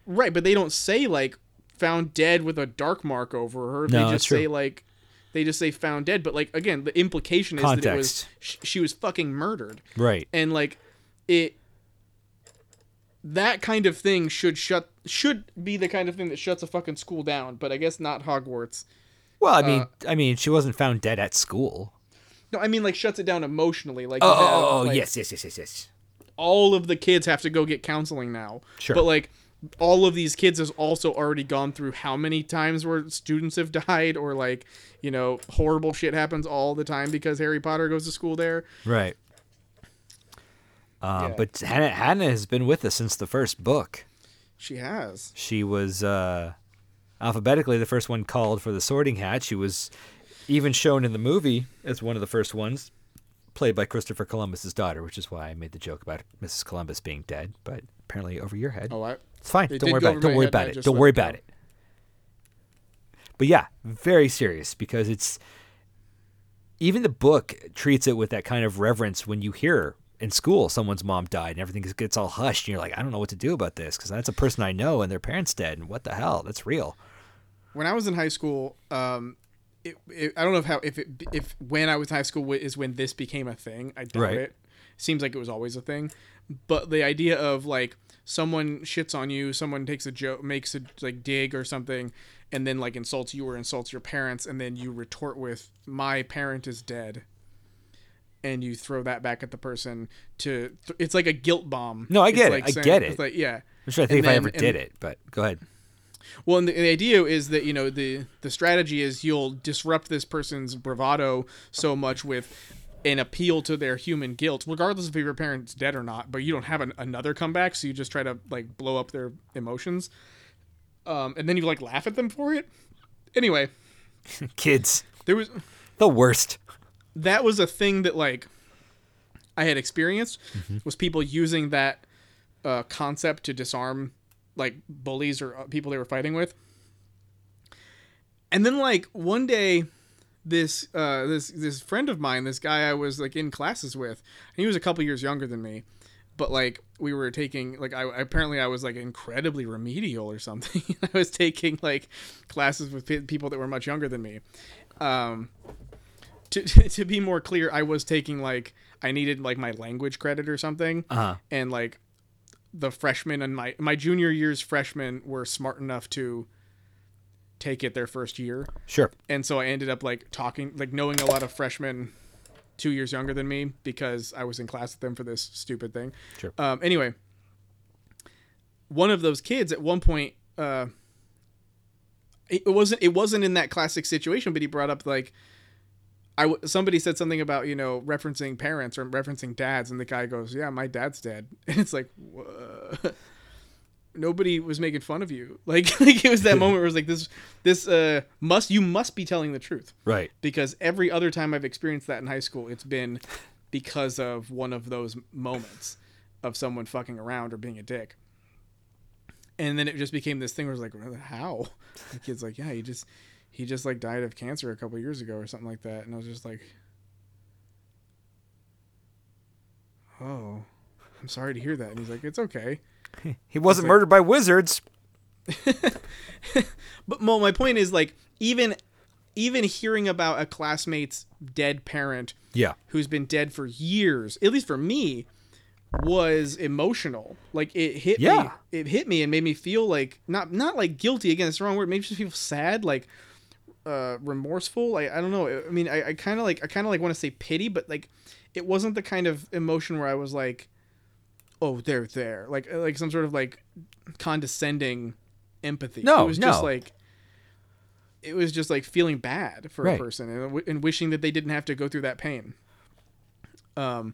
Right, but they don't say like found dead with a dark mark over her. No, they that's just say true. like they just say found dead, but like again, the implication is that it was Context. sh- she was fucking murdered. Right. And like it that kind of thing should shut should be the kind of thing that shuts a fucking school down, but I guess not Hogwarts. Well, I mean, I mean, she wasn't found dead at school. No, I mean like shuts it down emotionally. Like Oh, you have, oh, oh, like, yes, yes, yes, yes, yes. all of the kids have to go get counseling now. Sure. But like all of these kids has also already gone through how many times where students have [laughs] died or like, you know, horrible shit happens all the time because Harry Potter goes to school there. Right. Uh, Yeah. Um, But Hannah, Hannah has been with us since the first book. She has. She was uh, alphabetically the first one called for the Sorting Hat. She was even shown in the movie as one of the first ones, played by Christopher Columbus's daughter, which is why I made the joke about Mrs. Columbus being dead. But apparently, over your head. Oh, I It's fine. It Don't did worry go about it. over Don't my head, worry and I about it. just Don't let worry it go. about it. But yeah, very serious because it's even the book treats it with that kind of reverence when you hear in school someone's mom died and everything gets all hushed and you're like, I don't know what to do about this because that's a person I know and their parents dead and what the hell? That's real. when I was in high school, um it, it, I don't know if how if it if when I was in high school wi- is when this became a thing. I doubt Right. it. Seems like it was always a thing, but the idea of like someone shits on you, someone takes a joke, makes a like dig or something, and then like insults you or insults your parents, and then you retort with "my parent is dead," and you throw that back at the person. To th- it's like a guilt bomb. No, I It's get it. like I get it. It's like yeah. I'm sure I think And if I then- ever and- did it, but [laughs] go ahead. Well, and the, the idea is that you know the the strategy is you'll disrupt this person's bravado so much with an appeal to their human guilt, regardless if your parent's dead or not. But you don't have an, another comeback, so you just try to like blow up their emotions, um, and then you like laugh at them for it. Anyway, Kids, there was the worst. that was a thing that like I had experienced was people using that uh, concept to disarm like bullies or uh, people they were fighting with. And then like one day, this uh, this this friend of mine, this guy I was like in classes with, and he was a couple years younger than me, but like we were taking like I apparently I was like incredibly remedial or something. [laughs] I was taking like classes with pe- people that were much younger than me. Um, to, [laughs] to be more clear, I was taking like I needed like my language credit or something, Uh-huh. and like the freshmen and my my junior year's freshmen were smart enough to take it their first year, Sure. and so I ended up like talking like knowing a lot of freshmen two years younger than me because I was in class with them for this stupid thing. Sure. Um, anyway, one of those kids at one point, uh, it it wasn't it wasn't in that classic situation, but he brought up like, I w- somebody said something about you know referencing parents or referencing dads, and the guy goes, "Yeah, my dad's dead," [laughs] and it's like, Whoa. nobody was making fun of you. [laughs] Like like it was that moment where it was like this this uh must you must be telling the truth Right. because every other time I've experienced that in high school, it's been because of one of those moments of someone fucking around or being a dick. And then it just became this thing where it's like, how? The kid's like, yeah, he just he just like died of cancer a couple years ago or something like that, and I was just like, oh, I'm sorry to hear that. And he's like, it's okay. He wasn't like- murdered by wizards. But Mo, my point is like even even hearing about a classmate's dead parent Yeah. who's been dead for years, at least for me, was emotional. Like it hit Yeah. me. It hit me and made me feel like not not like guilty. Again, it's the wrong word. It made me feel sad, like uh, remorseful. I, I don't know. I- I mean, I, I kind of like I kind of like want to say pity, but like it wasn't the kind of emotion where I was like, oh, they're there, like like some sort of like condescending empathy. No, it was just no. like it was just like feeling bad for Right. a person and, w- and wishing that they didn't have to go through that pain. Um,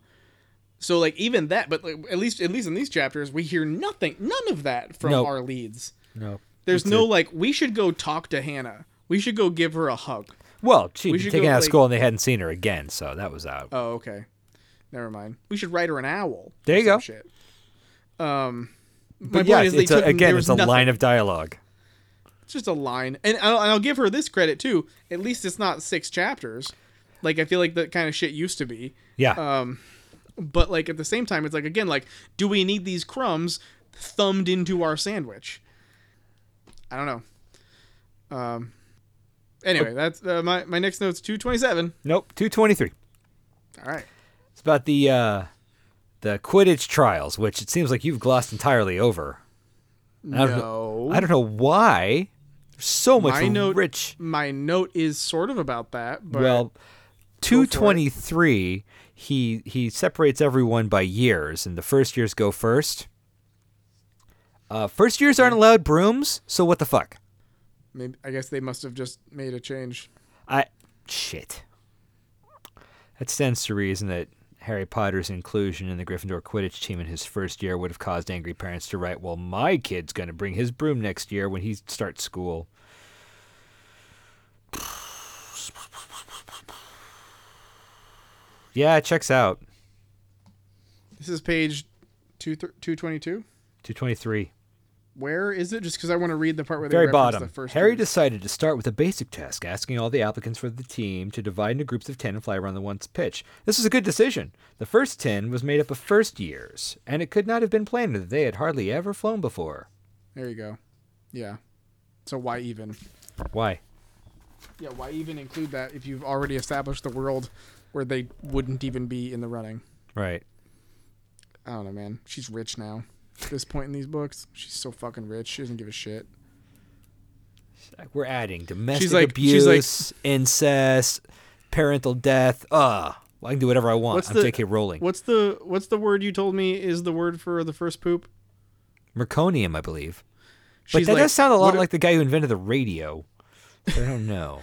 so like even that, but like, at least at least in these chapters, we hear nothing, none of that from Nope. our leads. No. There's no like we should go talk to Hannah. We should go give her a hug. Well, she'd We been should taken go, out of like- school and they hadn't seen her again, so that was out. Oh, okay. Never mind. We should write her an owl. There or you some go. Shit. Um, my but yeah, point is they it's a, took, again, there was it's a nothing. line of dialogue. It's just a line, and I'll, and I'll give her this credit too. At least it's not six chapters. Like I feel like that kind of shit used to be. Yeah. Uh, But like at the same time, it's like again, like do we need these crumbs thumbed into our sandwich? I don't know. Um. Anyway, that's uh, my my next note's two twenty seven. nope. 223. All right. It's about the uh, the Quidditch trials, which it seems like you've glossed entirely over. And I don't know- No. I don't know why. There's so much My note- rich. My note is sort of about that, but Well, 223, he he separates everyone by years, and the first years go first. Uh, first years Mm. aren't allowed brooms, so what the fuck? maybe, I guess they must have just made a change. I shit. That stands to reason that Harry Potter's inclusion in the Gryffindor Quidditch team in his first year would have caused angry parents to write, "Well, my kid's going to bring his broom next year when he starts school." [sighs] Yeah, it checks out. This is page two two twenty two. 223. Where is it? Just because I want to read the part where they Very reference bottom. the first. Harry group. decided to start with a basic task, asking all the applicants for the team to divide into groups of 10 and fly around the once pitch. This was a good decision. The first 10 was made up of first years, and it could not have been planned that they had hardly ever flown before. There you go. Yeah. So why even? Why? Yeah, why even include that if you've already established the world where they wouldn't even be in the running? Right. I don't know, man. She's rich now. At this point in these books, she's so fucking rich. She doesn't give a shit. We're adding domestic like- she's abuse, like- incest, parental death. Ugh. Well, I can do whatever I want. What's I'm the- J.K. Rowling. What's the what's the word you told me is the word for the first poop? Merconium, I believe. But She's that like, does sound a what lot are- like the guy who invented the radio. But I don't [laughs] know.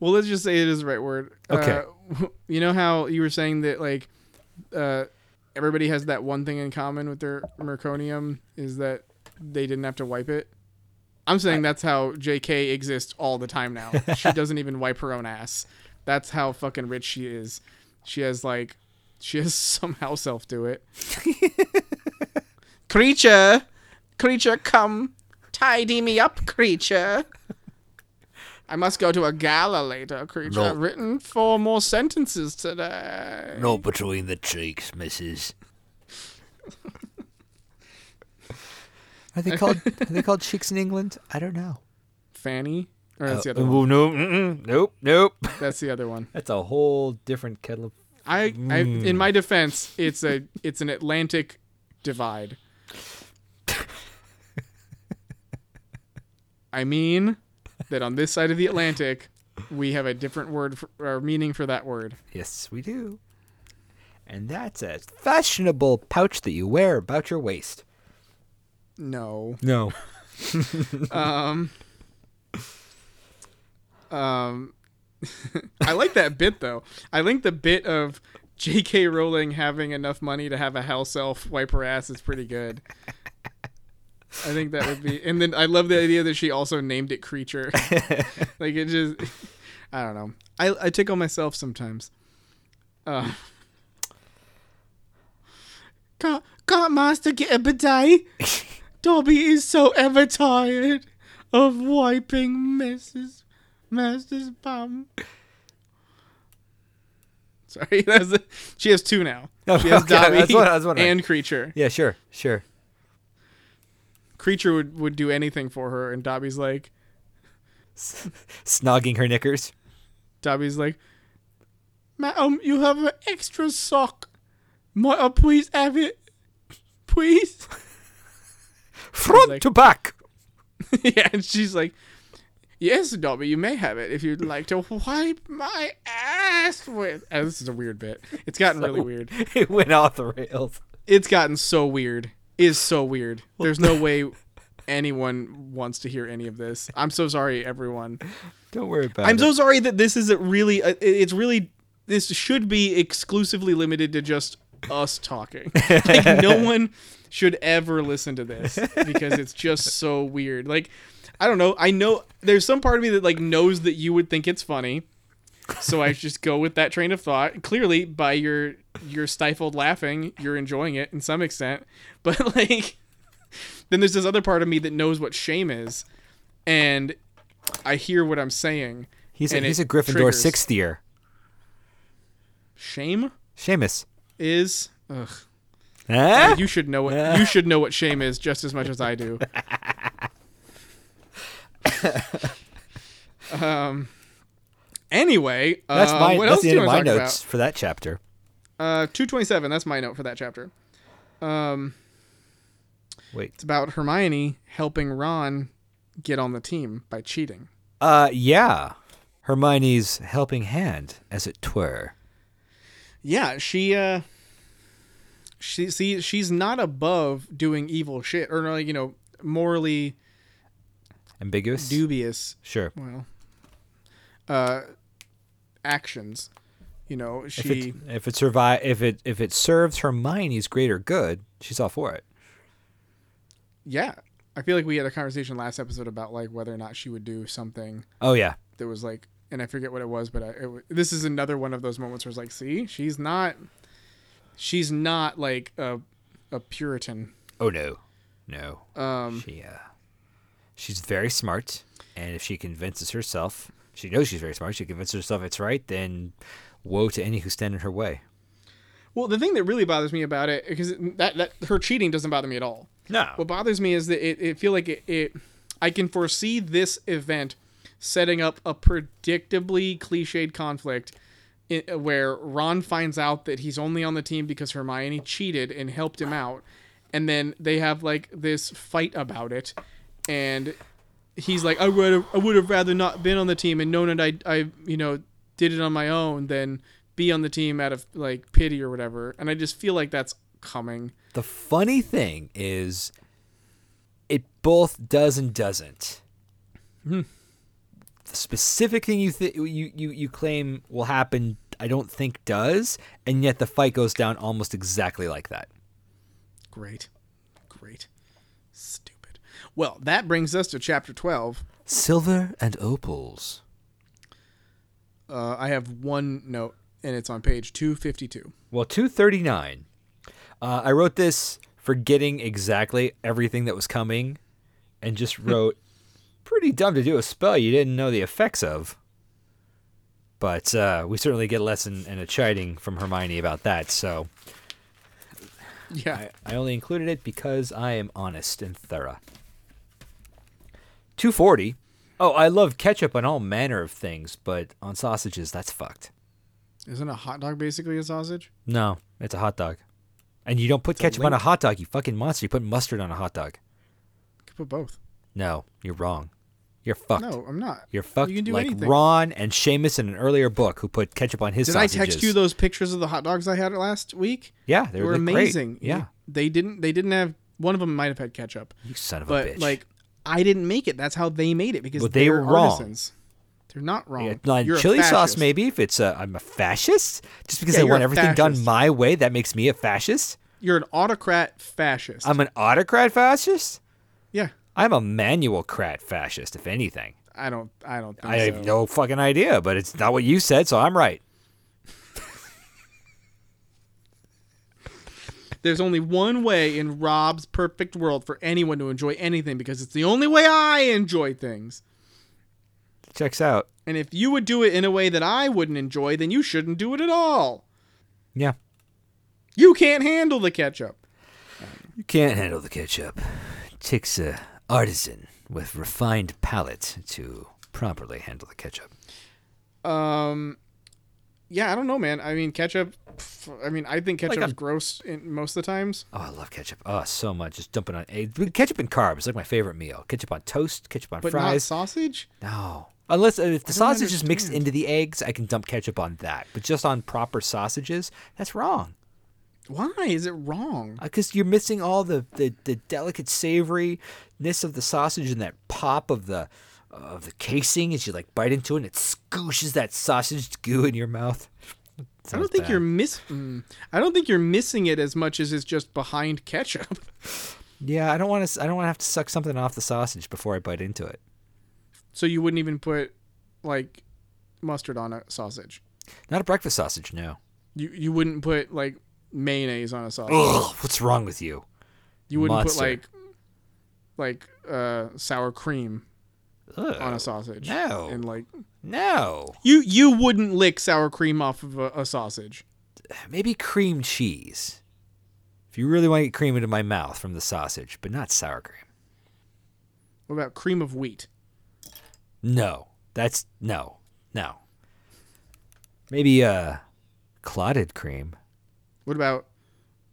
Well, let's just say it is the right word. Okay. Uh, [laughs] you know how you were saying that like uh, everybody has that one thing in common with their merconium is that they didn't have to wipe it. I'm saying that's how JK exists all the time now. [laughs] she doesn't even wipe her own ass. That's how fucking rich she is. She has like she has [laughs] somehow self do it. [laughs] creature, creature, come tidy me up, creature. [laughs] I must go to a gala later, creature. No. I've written four more sentences today. Not between the cheeks, missus. Are they called are they called chicks in England? I don't know. Fanny. Or that's the Uh, other one. oh, no, mm-mm, nope, nope. [laughs] That's the other one. That's a whole different kettle. Of- I, I in my defense, it's a it's an Atlantic divide. I mean that on this side of the Atlantic, we have a different word for, or meaning for that word. yes, we do. And that's a fashionable pouch that you wear about your waist. No. No. Um. Um. [laughs] I like that bit though. I think the bit of J.K. Rowling having enough money to have a house elf wipe her ass is pretty good. I think that would be, and then I love the idea that she also named it [laughs] creature. like it just, I don't know. I I tickle myself sometimes. Uh, can't can't master get a [laughs] bidet. Dobby is so ever tired of wiping Mrs. Master's bum. Sorry, [laughs] that's the she has two now. No, She has okay, Dobby that's what I was wondering. and Creature. Yeah, sure, sure. Creature would, would do anything for her, and Dobby's like, Snogging her knickers. Dobby's like, Madam, you have an extra sock. Might I please have it? Please? [laughs] Front like- to back. yeah, and she's like, "Yes, Dobby, you may have it if you'd like to wipe my ass with." Oh, this is a weird bit. It's gotten really weird. [laughs] It went off the rails. It's gotten so weird. It Is so weird. There's no way anyone wants to hear any of this. I'm so sorry, everyone. Don't worry about I'm it. so sorry that this isn't really. uh, it- It's really. This should be exclusively limited to just us talking. like no one should ever listen to this because it's just so weird. Like I don't know. I know there's some part of me that like knows that you would think it's funny. So I just go with that train of thought. Clearly by your your stifled laughing, you're enjoying it in some extent. [laughs] But like then there's this other part of me that knows what shame is and I hear what I'm saying. he's a, and he's it a Gryffindor triggers. sixth year. Shame Seamus. is ugh. Huh? You should know what you should know what shame is just as much as I [laughs] do. um. Anyway, That's uh, my what that's else do the end you of my want to talk notes for that chapter. about? Uh, two twenty-seven. That's my note for that chapter. Um, Wait. it's about Hermione helping Ron get on the team by cheating. Uh yeah. Hermione's helping hand, as it were. Yeah, she uh she see she's not above doing evil shit or like, you know, morally Ambiguous? dubious sure. well uh actions. You know, If it, she if it survive if it if it serves Hermione's greater good, she's all for it. yeah. I feel like we had a conversation last episode about like whether or not she would do something Oh yeah. that was like and I forget what it was, but I, it, wa- this is another one of those moments where it's like, see, she's not she's not like a a puritan. Oh no. No. Um She uh, she's very smart, and if she convinces herself, she knows she's very smart. She convinces herself it's right, then woe to any who stand in her way. Well, the thing that really bothers me about it because that that her cheating doesn't bother me at all. No. What bothers me is that it, it feel like it, it I can foresee this event setting up a predictably cliched conflict i where Ron finds out that he's only on the team because Hermione cheated and helped him out, and then they have like this fight about it, and he's like, I would have, I would have rather not been on the team and known that I, I, you know, did it on my own than be on the team out of like pity or whatever. And I just feel like that's coming. The funny thing is, it both does and doesn't. specific thing you th- you you you claim will happen, I don't think does, and yet the fight goes down almost exactly like that. Great. Great. Stupid. Well, that brings us to chapter 12. Silver and opals. Uh, I have one note, and it's on page 252. Well, 239. Uh, I wrote this forgetting exactly everything that was coming and just wrote, pretty dumb to do a spell you didn't know the effects of. But uh, we certainly get a lesson and a chiding from Hermione about that, so Yeah. I, I only included it because I am honest and thorough. 240. Oh, I love ketchup on all manner of things, but on sausages, that's fucked. Isn't a hot dog basically a sausage? No, it's a hot dog. And you don't put ketchup on a hot dog, you fucking monster. You put mustard on a hot dog. You could put both. No, you're wrong. You're fucked. No, I'm not. You're fucked You can do like anything. Ron and Seamus in an earlier book who put ketchup on his Did sausages. I text you those pictures of the hot dogs I had last week? Yeah, they They were look great. amazing. Yeah, They didn't they didn't have one of them might have had ketchup. you son of But a bitch. like I didn't make it. That's how they made it because But they are were wrong. artisans. They're not wrong. Yeah, like You're a chili sauce, fascist. maybe if it's a, I'm a fascist, just because Yeah, I you're want a everything done fascist. my way, that makes me a fascist. You're an autocrat fascist. I'm an autocrat fascist. yeah. I'm a manualcrat fascist, if anything. I don't I don't think I so. have no fucking idea, but it's not what you said, so I'm right. There's only one way in Rob's perfect world for anyone to enjoy anything because it's the only way I enjoy things. Checks out. And if you would do it in a way that I wouldn't enjoy, then you shouldn't do it at all. Yeah, You can't handle the ketchup. you can't handle the ketchup. It takes a artisan with refined palate to properly handle the ketchup. Um, yeah, I don't know, man. I mean, ketchup. pff, I mean, I think ketchup's I'm- gross in most of the times. Oh, I love ketchup. Oh, so much. Just dumping on eggs. Ketchup and carbs. Like my favorite meal. Ketchup on toast. Ketchup on But not fries. sausage. No. Unless uh, if the don't sausage is mixed understand. into the eggs, I can dump ketchup on that. But just on proper sausages, that's wrong. Why is it wrong? Because Uh, you're missing all the, the, the delicate savoriness of the sausage and that pop of the of the casing as you like bite into it and it scooshes that sausage goo in your mouth. [laughs] I don't think you're miss. Mm, I don't think you're missing it as much as it's just behind ketchup. Yeah, I don't want to. I don't want to have to suck something off the sausage before I bite into it. so you wouldn't even put like mustard on a sausage. Not a breakfast sausage, no. You you wouldn't put like mayonnaise on a sausage. Ugh, what's wrong with you? you wouldn't monster. put like like uh sour cream on a sausage. Oh. no. And like No. You you wouldn't lick sour cream off of a, a sausage. Maybe cream cheese. If you really want to get cream into my mouth from the sausage, but not sour cream. What about cream of wheat? No. That's no. No. Maybe uh clotted cream. [laughs] What about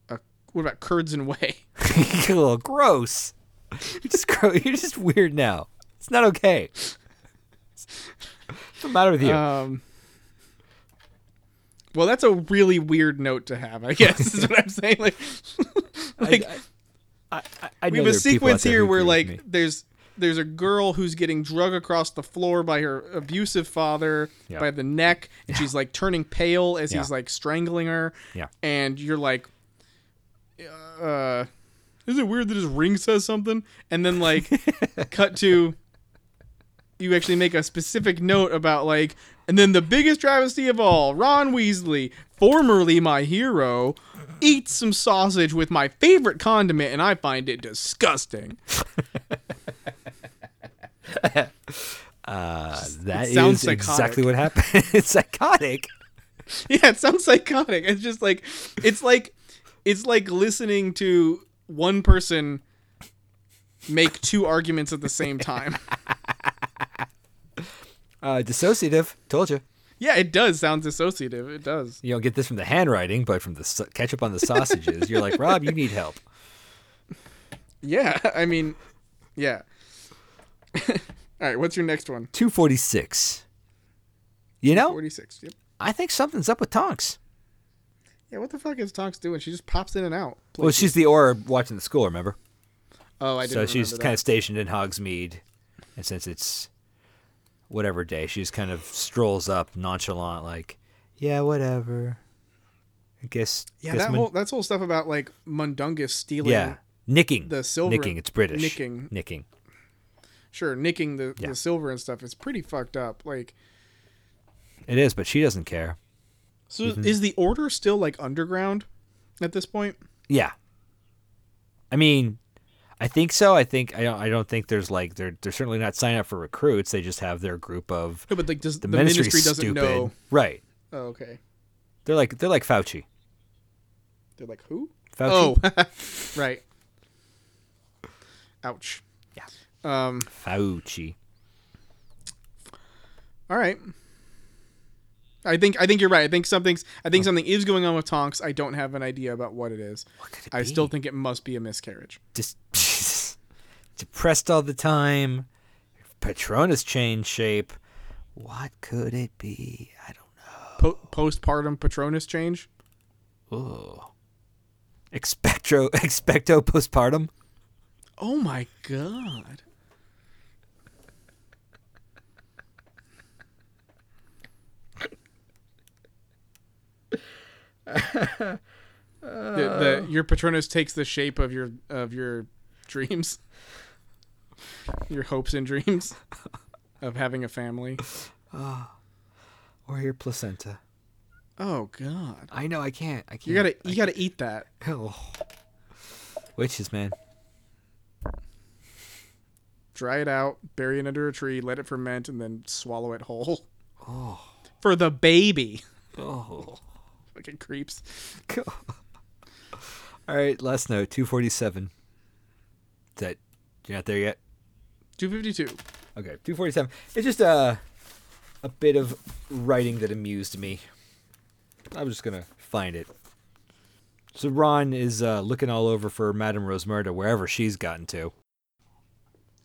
uh, what about curds and [laughs] whey? You're a little gross. You're just gro- [laughs] you're just weird now. It's not okay. What's the matter with you? Um, well, that's a really weird note to have. I guess is what I'm saying. Like, like I, I, I we know have a there are people out sequence there here who where agree with like me. there's there's a girl who's getting drug across the floor by her abusive father Yeah. by the neck and she's like turning pale as Yeah. he's like strangling her [laughs] Yeah. and you're like uh is it weird that his ring says something and then like cut to you actually make a specific note about like and then the biggest travesty of all ron weasley formerly my hero eats some sausage with my favorite condiment and i find it disgusting [laughs] Uh, that sounds is exactly what happened. [laughs] it's psychotic. yeah it sounds psychotic it's just like it's like it's like listening to one person make two arguments at the same time Uh, dissociative. Told you. yeah it does sound dissociative it does You don't get this from the handwriting, but from the sa- ketchup on the sausages, you're like, Rob, you need help. yeah [laughs] i mean yeah [laughs] all right what's your next one 246. You know, 46 yep I think something's up with Tonks. yeah what the fuck is tonks doing she just pops in and out Well, she's the orb watching the school, remember? oh i didn't So she's remember that. kind of stationed in Hogsmeade. And since it's whatever day. She just kind of strolls up nonchalant, like, yeah, whatever. I guess. Yeah, guess that Mun- whole that's whole stuff about like Mundungus stealing. yeah, nicking, the silver- nicking. It's British. nicking. nicking. Sure, nicking the, Yeah. the silver and stuff is pretty fucked up. Like, It is, but she doesn't care. so Mm-hmm. is the order still like underground at this point? Yeah. I mean, I think so. I think I don't. I don't think there's like they're they're certainly not signing up for recruits. They just have their group of No, but like, does the, the, ministry ministry's doesn't stupid. know? Right. Oh, okay. They're like they're like Fauci. They're like, who? Fauci. Oh, [laughs] right. Ouch. Yeah. Um. Fauci. All right. I think I think you're right. I think something's I Oh. think something is going on with Tonks. I don't have an idea about what it is. What could it I be? still think it must be a miscarriage. just [laughs] depressed all the time. Patronus changed shape. What could it be? I don't Po- postpartum Patronus change. know. Expectro [laughs] expecto postpartum. Oh my god. the, the, your Patronus takes the shape of your of your dreams, your hopes and dreams of having a family. Or your placenta. Oh God! I know I can't. I can't. You gotta you gotta eat that. Oh. Witches, man. Dry it out, bury it under a tree, let it ferment, and then swallow it whole Oh. for the baby. [laughs] Oh. Fucking creeps. [laughs] All right, last note, 247. Is that you're not there yet? Two fifty two. Okay, 247. It's just a a bit of writing that amused me. I was just going to find it. So Ron is uh, looking all over for Madame Rosmerda wherever she's gotten to.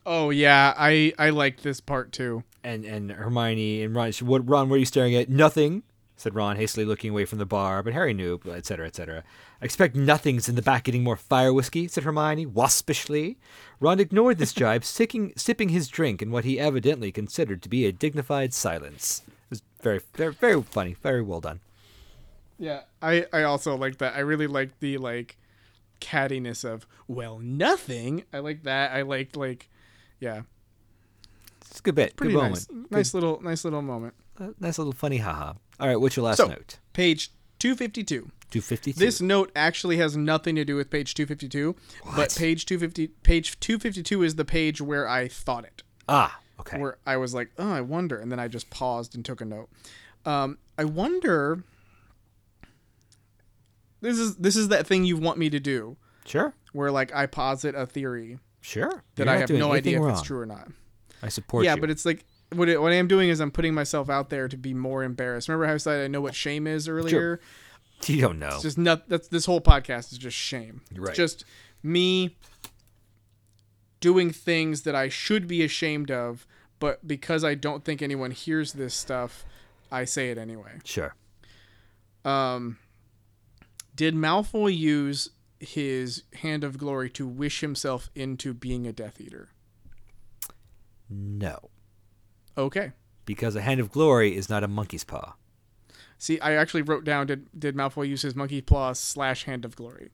Oh yeah, I I like this part too. And and Hermione and Ron, she, what Ron, what are you staring at? Nothing, said Ron, hastily looking away from the bar, but Harry knew, etc., cetera, etc. I expect nothing's in the back getting more fire whiskey, said Hermione, waspishly. Ron ignored this jibe, [laughs] sicking, sipping his drink in what he evidently considered to be a dignified silence. It was very, very, very funny, very well done. Yeah, I I also like that. I really like the like cattiness of well nothing. I like that. I liked like yeah, It's a good bit, pretty good nice. moment, Nice little nice little moment. Uh, nice little funny, haha. All right, what's your last So- note? Page two fifty two. Two fifty-two. This note actually has nothing to do with page 252, What? but page 250 page 252 is the page where I thought it. ah, okay. Where I was like, "Oh, I wonder." And then I just paused and took a note. Um, I wonder This is this is that thing you want me to do sure, where like I posit a theory sure. that You're I not have doing no anything idea if wrong. it's true or not. I support yeah, you. but it's like what, it, what I am doing is I'm putting myself out there to be more embarrassed. Remember how I said I know what shame is earlier? [laughs] you don't know. It's just not that's this whole podcast is just shame. It's Right. just me doing things that I should be ashamed of, but because I don't think anyone hears this stuff, I say it anyway. Sure. Um did Malfoy use his hand of glory to wish himself into being a Death Eater? No. Okay. Because a hand of glory is not a monkey's paw. See, I actually wrote down did did Malfoy use his monkey paw slash hand of glory?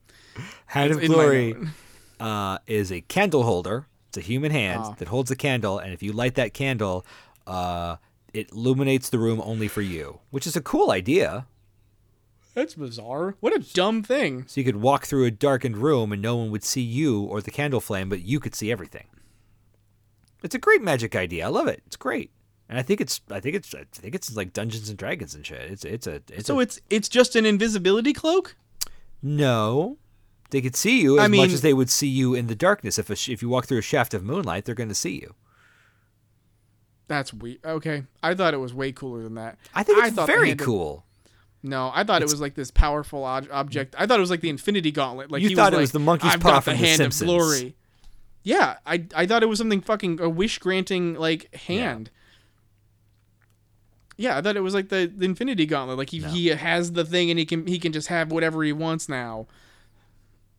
Hand of in my glory note. [laughs] uh, is a candle holder. It's a human hand Ah. that holds a candle, and if you light that candle, uh, it illuminates the room only for you, which is a cool idea. That's bizarre. What a dumb thing. So you could walk through a darkened room and no one would see you or the candle flame, but you could see everything. It's a great magic idea. I love it. It's great. And I think it's I think it's I think it's like Dungeons and Dragons and shit. It's it's a it's So a, it's it's just an invisibility cloak? No, they could see you I as mean- much as they would see you in the darkness. If a sh- if you walk through a shaft of moonlight, they're going to see you. That's weird. Okay, I thought it was way cooler than that. I think it's thought the very hand of- cool. no, I thought it was like this powerful ob- object. I thought it was like the Infinity Gauntlet. Like You he was thought it like, was the monkey's I've paw got from the The hand of Simpsons." glory. Yeah, I I thought it was something fucking a wish granting like hand. Yeah. I thought it was like the, the Infinity Gauntlet. Like he, he has the thing and he can he can just have whatever he wants now,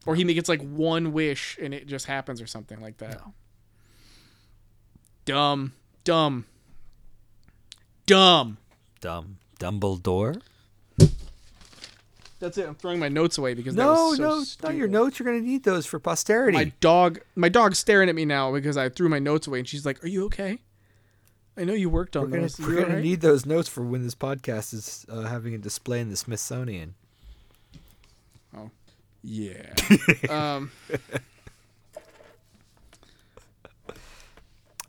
or he gets like one wish and it just happens or something like that. Dumb, dumb. dumb. Dumb Dumbledore. That's it. I'm throwing my notes away because that No, was so no, stupid. not your notes. You're gonna need those for posterity. My dog, my dog's staring at me now because I threw my notes away, and she's like, "Are you okay? I know you worked on we're gonna, those. we're You gonna alright?" need those notes for when this podcast is uh, having a display in the Smithsonian. Yeah. um,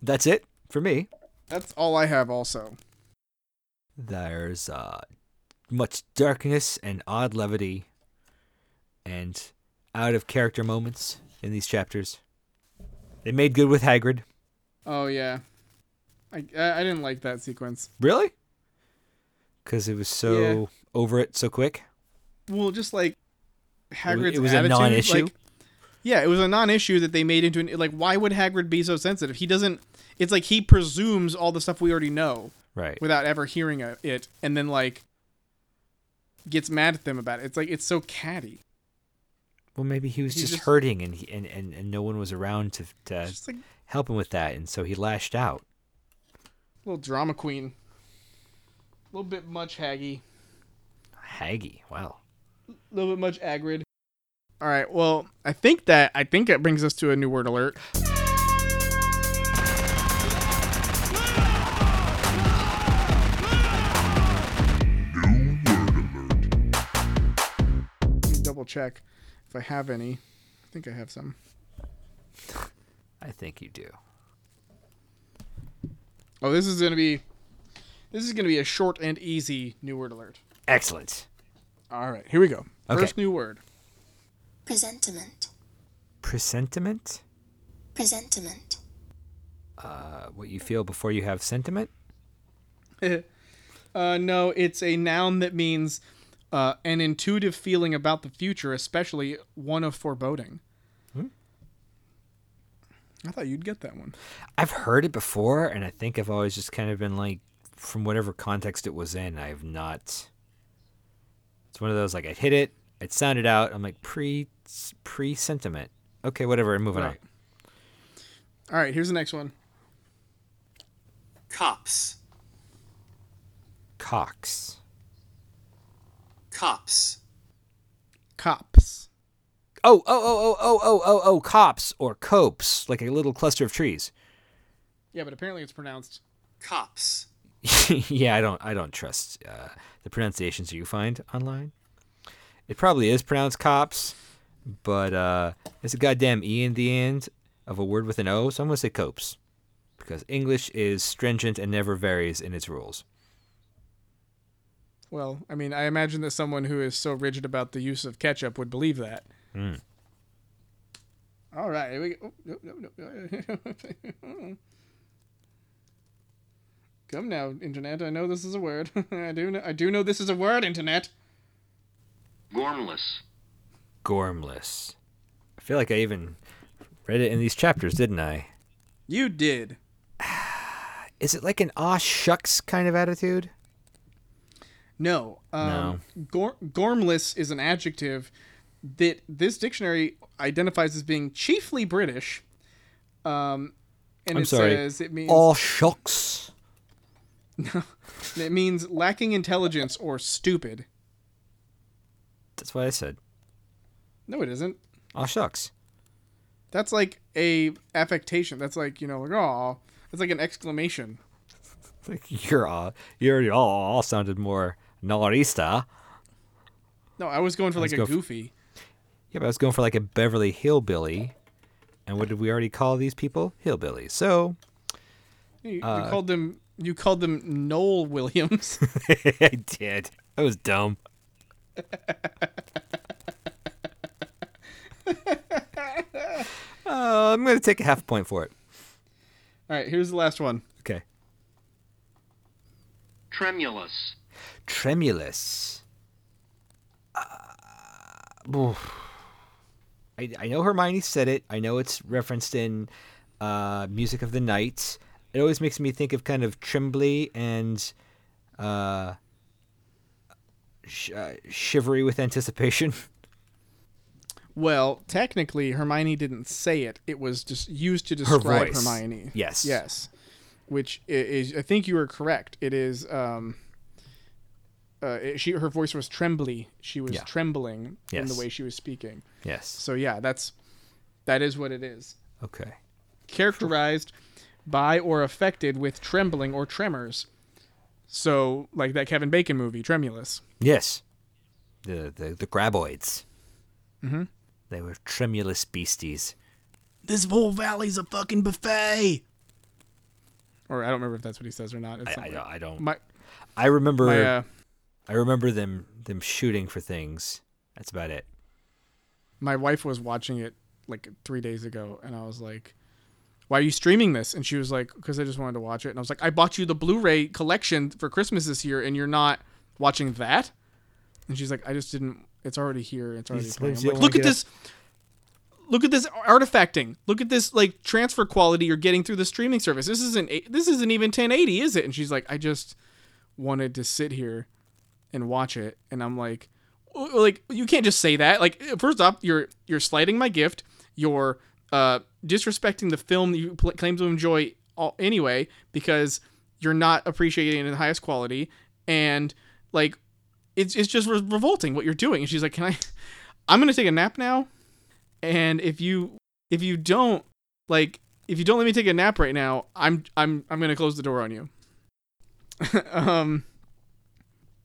That's it for me. that's all I have. Also, there's uh, much darkness and odd levity and out of character moments in these chapters. They made good with Hagrid. oh yeah, I I I didn't like that sequence. Really? Because it was so Yeah. over it so quick. Well, just like w- Hagrid's it was a attitude, non-issue? like- yeah, it was a non-issue that they made into an like. Why would Hagrid be so sensitive? He doesn't. It's like he presumes all the stuff we already know Right. without ever hearing a, it, and then like gets mad at them about it. It's like it's so catty. Well, maybe he was He just, just- hurting and, he, and, and, and no one was around to, to Just like a help him with that. And so he lashed out. little drama queen. A little bit much Haggy. Haggy. Wow. A little bit much Agrid. All right. Well, I think that I think that brings us to a new word alert. Let me double check if I have any. I think I have some. I think you do. Oh, this is gonna be this is gonna be a short and easy new word alert. Excellent. All right, here we go. Okay. First new word. [laughs] Presentiment. Presentiment? Presentiment. Uh, what you feel before you have sentiment? Uh, no, it's a noun that means uh, an intuitive feeling about the future, especially one of foreboding. I thought you'd get that one. I've heard it before, and I think I've always just kind of been like, from whatever context it was in, I have not. It's one of those like I hit it, it sounded out. I'm like pre pre sentiment. Okay, whatever. I'm moving Right. All right, here's the next one. Cops. on. Cox, Cops. Cops. Oh oh oh oh oh oh oh oh cops or copes, like a little cluster of trees. [laughs] Yeah, but apparently it's pronounced. Cops. yeah, I don't I don't trust uh, the pronunciations you find online. It probably is pronounced cops, but uh, it's a goddamn e in the end of a word with an o, so I'm gonna say copes, because English is stringent and never varies in its rules. Well, I mean, I imagine that someone who is so rigid about the use of ketchup would believe that. Mm. All right, here we go. Oh, no, no, no. [laughs] Come now, internet. I know this is a word. [laughs] I do. Know, I do know this is a word, internet. Gormless. Gormless. I feel like I even read it in these chapters, didn't I? You did. Is it like an ah shucks kind of attitude? No. Um, Gor- gormless is an adjective that this dictionary identifies as being chiefly British. Um, and I'm it sorry. says it means Ah shucks. it means lacking intelligence or stupid. That's what I said. No, it isn't. Ah shucks. That's like a affectation. That's like you know, like oh, that's like an exclamation. Like [laughs] your uh, your all sounded more norista. No, I was going for like Let's a go f- goofy. Yeah, but I was going for like a Beverly Hillbilly. And what did we already call these people? Hillbillies. [laughs] So You, you Uh, called them. You called them Noel [laughs] Williams. I did. That was dumb. [laughs] uh, I'm gonna take a half point for it. All right, here's the last one. Okay. Tremulous. Tremulous. Uh, oof. I, I know Hermione said it. I know it's referenced in uh, Music of the Night. It always makes me think of kind of Trembly and uh, sh- uh, Shivery with Anticipation. [laughs] Well, technically, Hermione didn't say it. It was just used to Her describe voice. Hermione. Yes. Yes. which i- is I think you are correct. It is um, uh, it- she her voice was trembly. She was Yeah. trembling in Yes. the way she was speaking. Yes. So yeah, that's that is what it is. Okay. Characterized by or affected with trembling or tremors. So like that Kevin Bacon movie, Tremulous. Yes. The the the graboids. Mm-hmm. They were tremulous beasties. This whole valley's a fucking buffet. Or I don't remember if that's what he says or not. It's I, I something- don't. I don't. my I remember. my uh, I remember them them shooting for things. That's about it. my wife was watching it like three days ago, and I was like, "Why are you streaming this?" And she was like, "Because I just wanted to watch it." And I was like, "I bought you the Blu-ray collection for Christmas this year, and you're not watching that?" And she's like, "I just didn't. It's already here. It's already just playing." lives I'm the like, old "Look at life. this." Look at this artifacting. Look at this like transfer quality you're getting through the streaming service. This isn't a- this isn't even 1080, is it? And she's like, I just wanted to sit here and watch it and i'm like w- like you can't just say that like first off you're you're slighting my gift you're uh disrespecting the film that you pl- claim to enjoy all- anyway because you're not appreciating it in the highest quality and like it's, it's just re- revolting what you're doing and she's like can i [laughs] i'm gonna take a nap now and if you if you don't like if you don't let me take a nap right now i'm i'm i'm gonna close the door on you [laughs] um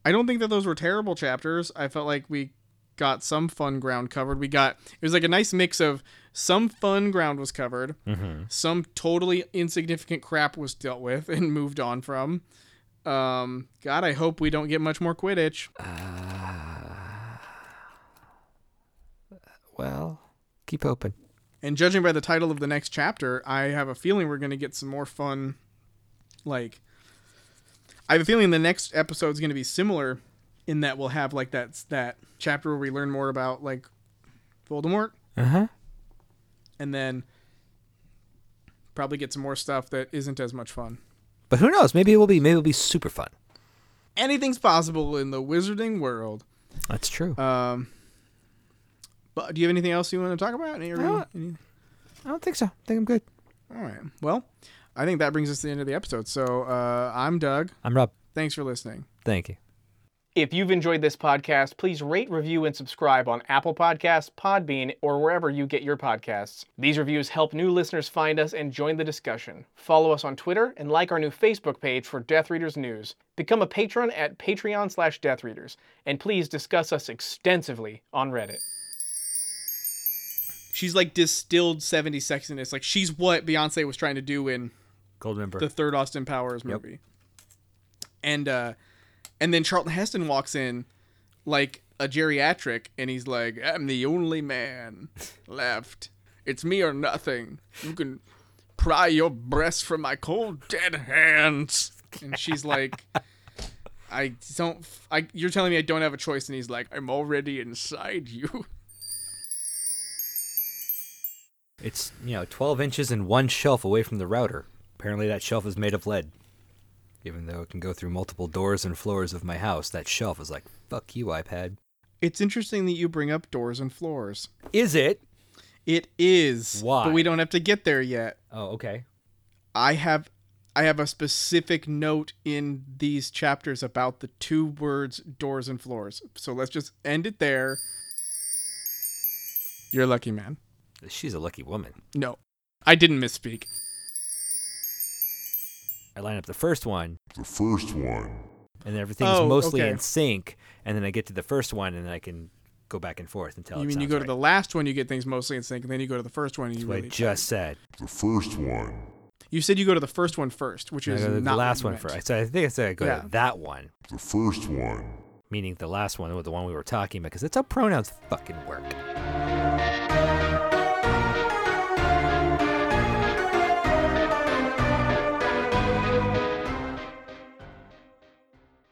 I don't think that those were terrible chapters. I felt like we got some fun ground covered. We got it was like a nice mix of some fun ground was covered, some totally insignificant crap was dealt with and moved on from. Um, God, I hope we don't get much more Quidditch. Well, keep open. And judging by the title of the next chapter, I have a feeling we're going to get some more fun. Like, I have a feeling the next episode is going to be similar, in that we'll have like that that chapter where we learn more about like Voldemort. Uh huh. and then probably get some more stuff that isn't as much fun. But who knows? Maybe it will be. Maybe it'll be super fun. Anything's possible in the wizarding world. That's true. Um, but do you have anything else you want to talk about? Any- No. any- I don't think so. I think I'm good. all right. Well, I think that brings us to the end of the episode. So uh, I'm Doug. I'm Rob. Thanks for listening. Thank you. If you've enjoyed this podcast, please rate, review, and subscribe on Apple Podcasts, Podbean, or wherever you get your podcasts. These reviews help new listeners find us and join the discussion. Follow us on Twitter and like our new Facebook page for Death Readers News. Become a patron at patreon slash deathreaders, and please discuss us extensively on Reddit. She's like distilled 70 sexiness. Like she's what Beyonce was trying to do in Gold member. the third Austin Powers movie. And uh and then Charlton Heston walks in like a geriatric and he's like, I'm the only [laughs] man left. It's me or nothing. You can pry your breasts from my cold dead hands. And she's [laughs] like I don't f- I you're telling me I don't have a choice and he's like I'm already inside you. it's you know 12 inches and one shelf away from the router. Apparently that shelf is made of lead. Even though it can go through multiple doors and floors of my house, that shelf is like fuck you iPad. It's interesting that you bring up doors and floors. Is it? It is. Why? But we don't have to get there yet. Oh, okay. I have I have a specific note in these chapters about the two words doors and floors. So let's just end it there. You're lucky, man. She's a lucky woman. No. I didn't misspeak. I line up the first one The first one. and everything's Oh, mostly okay. in sync and then I get to the first one and then I can go back and forth until you it mean you sounds go right. to the last one you get things mostly in sync and then you go to the first one and you what really I just said. The first one. You said you go to the first one first, which I is go to not the what last you one meant. first. So I think I said I go Yeah. to that one, The first one. meaning the last one, the one we were talking about, because that's how pronouns fucking work.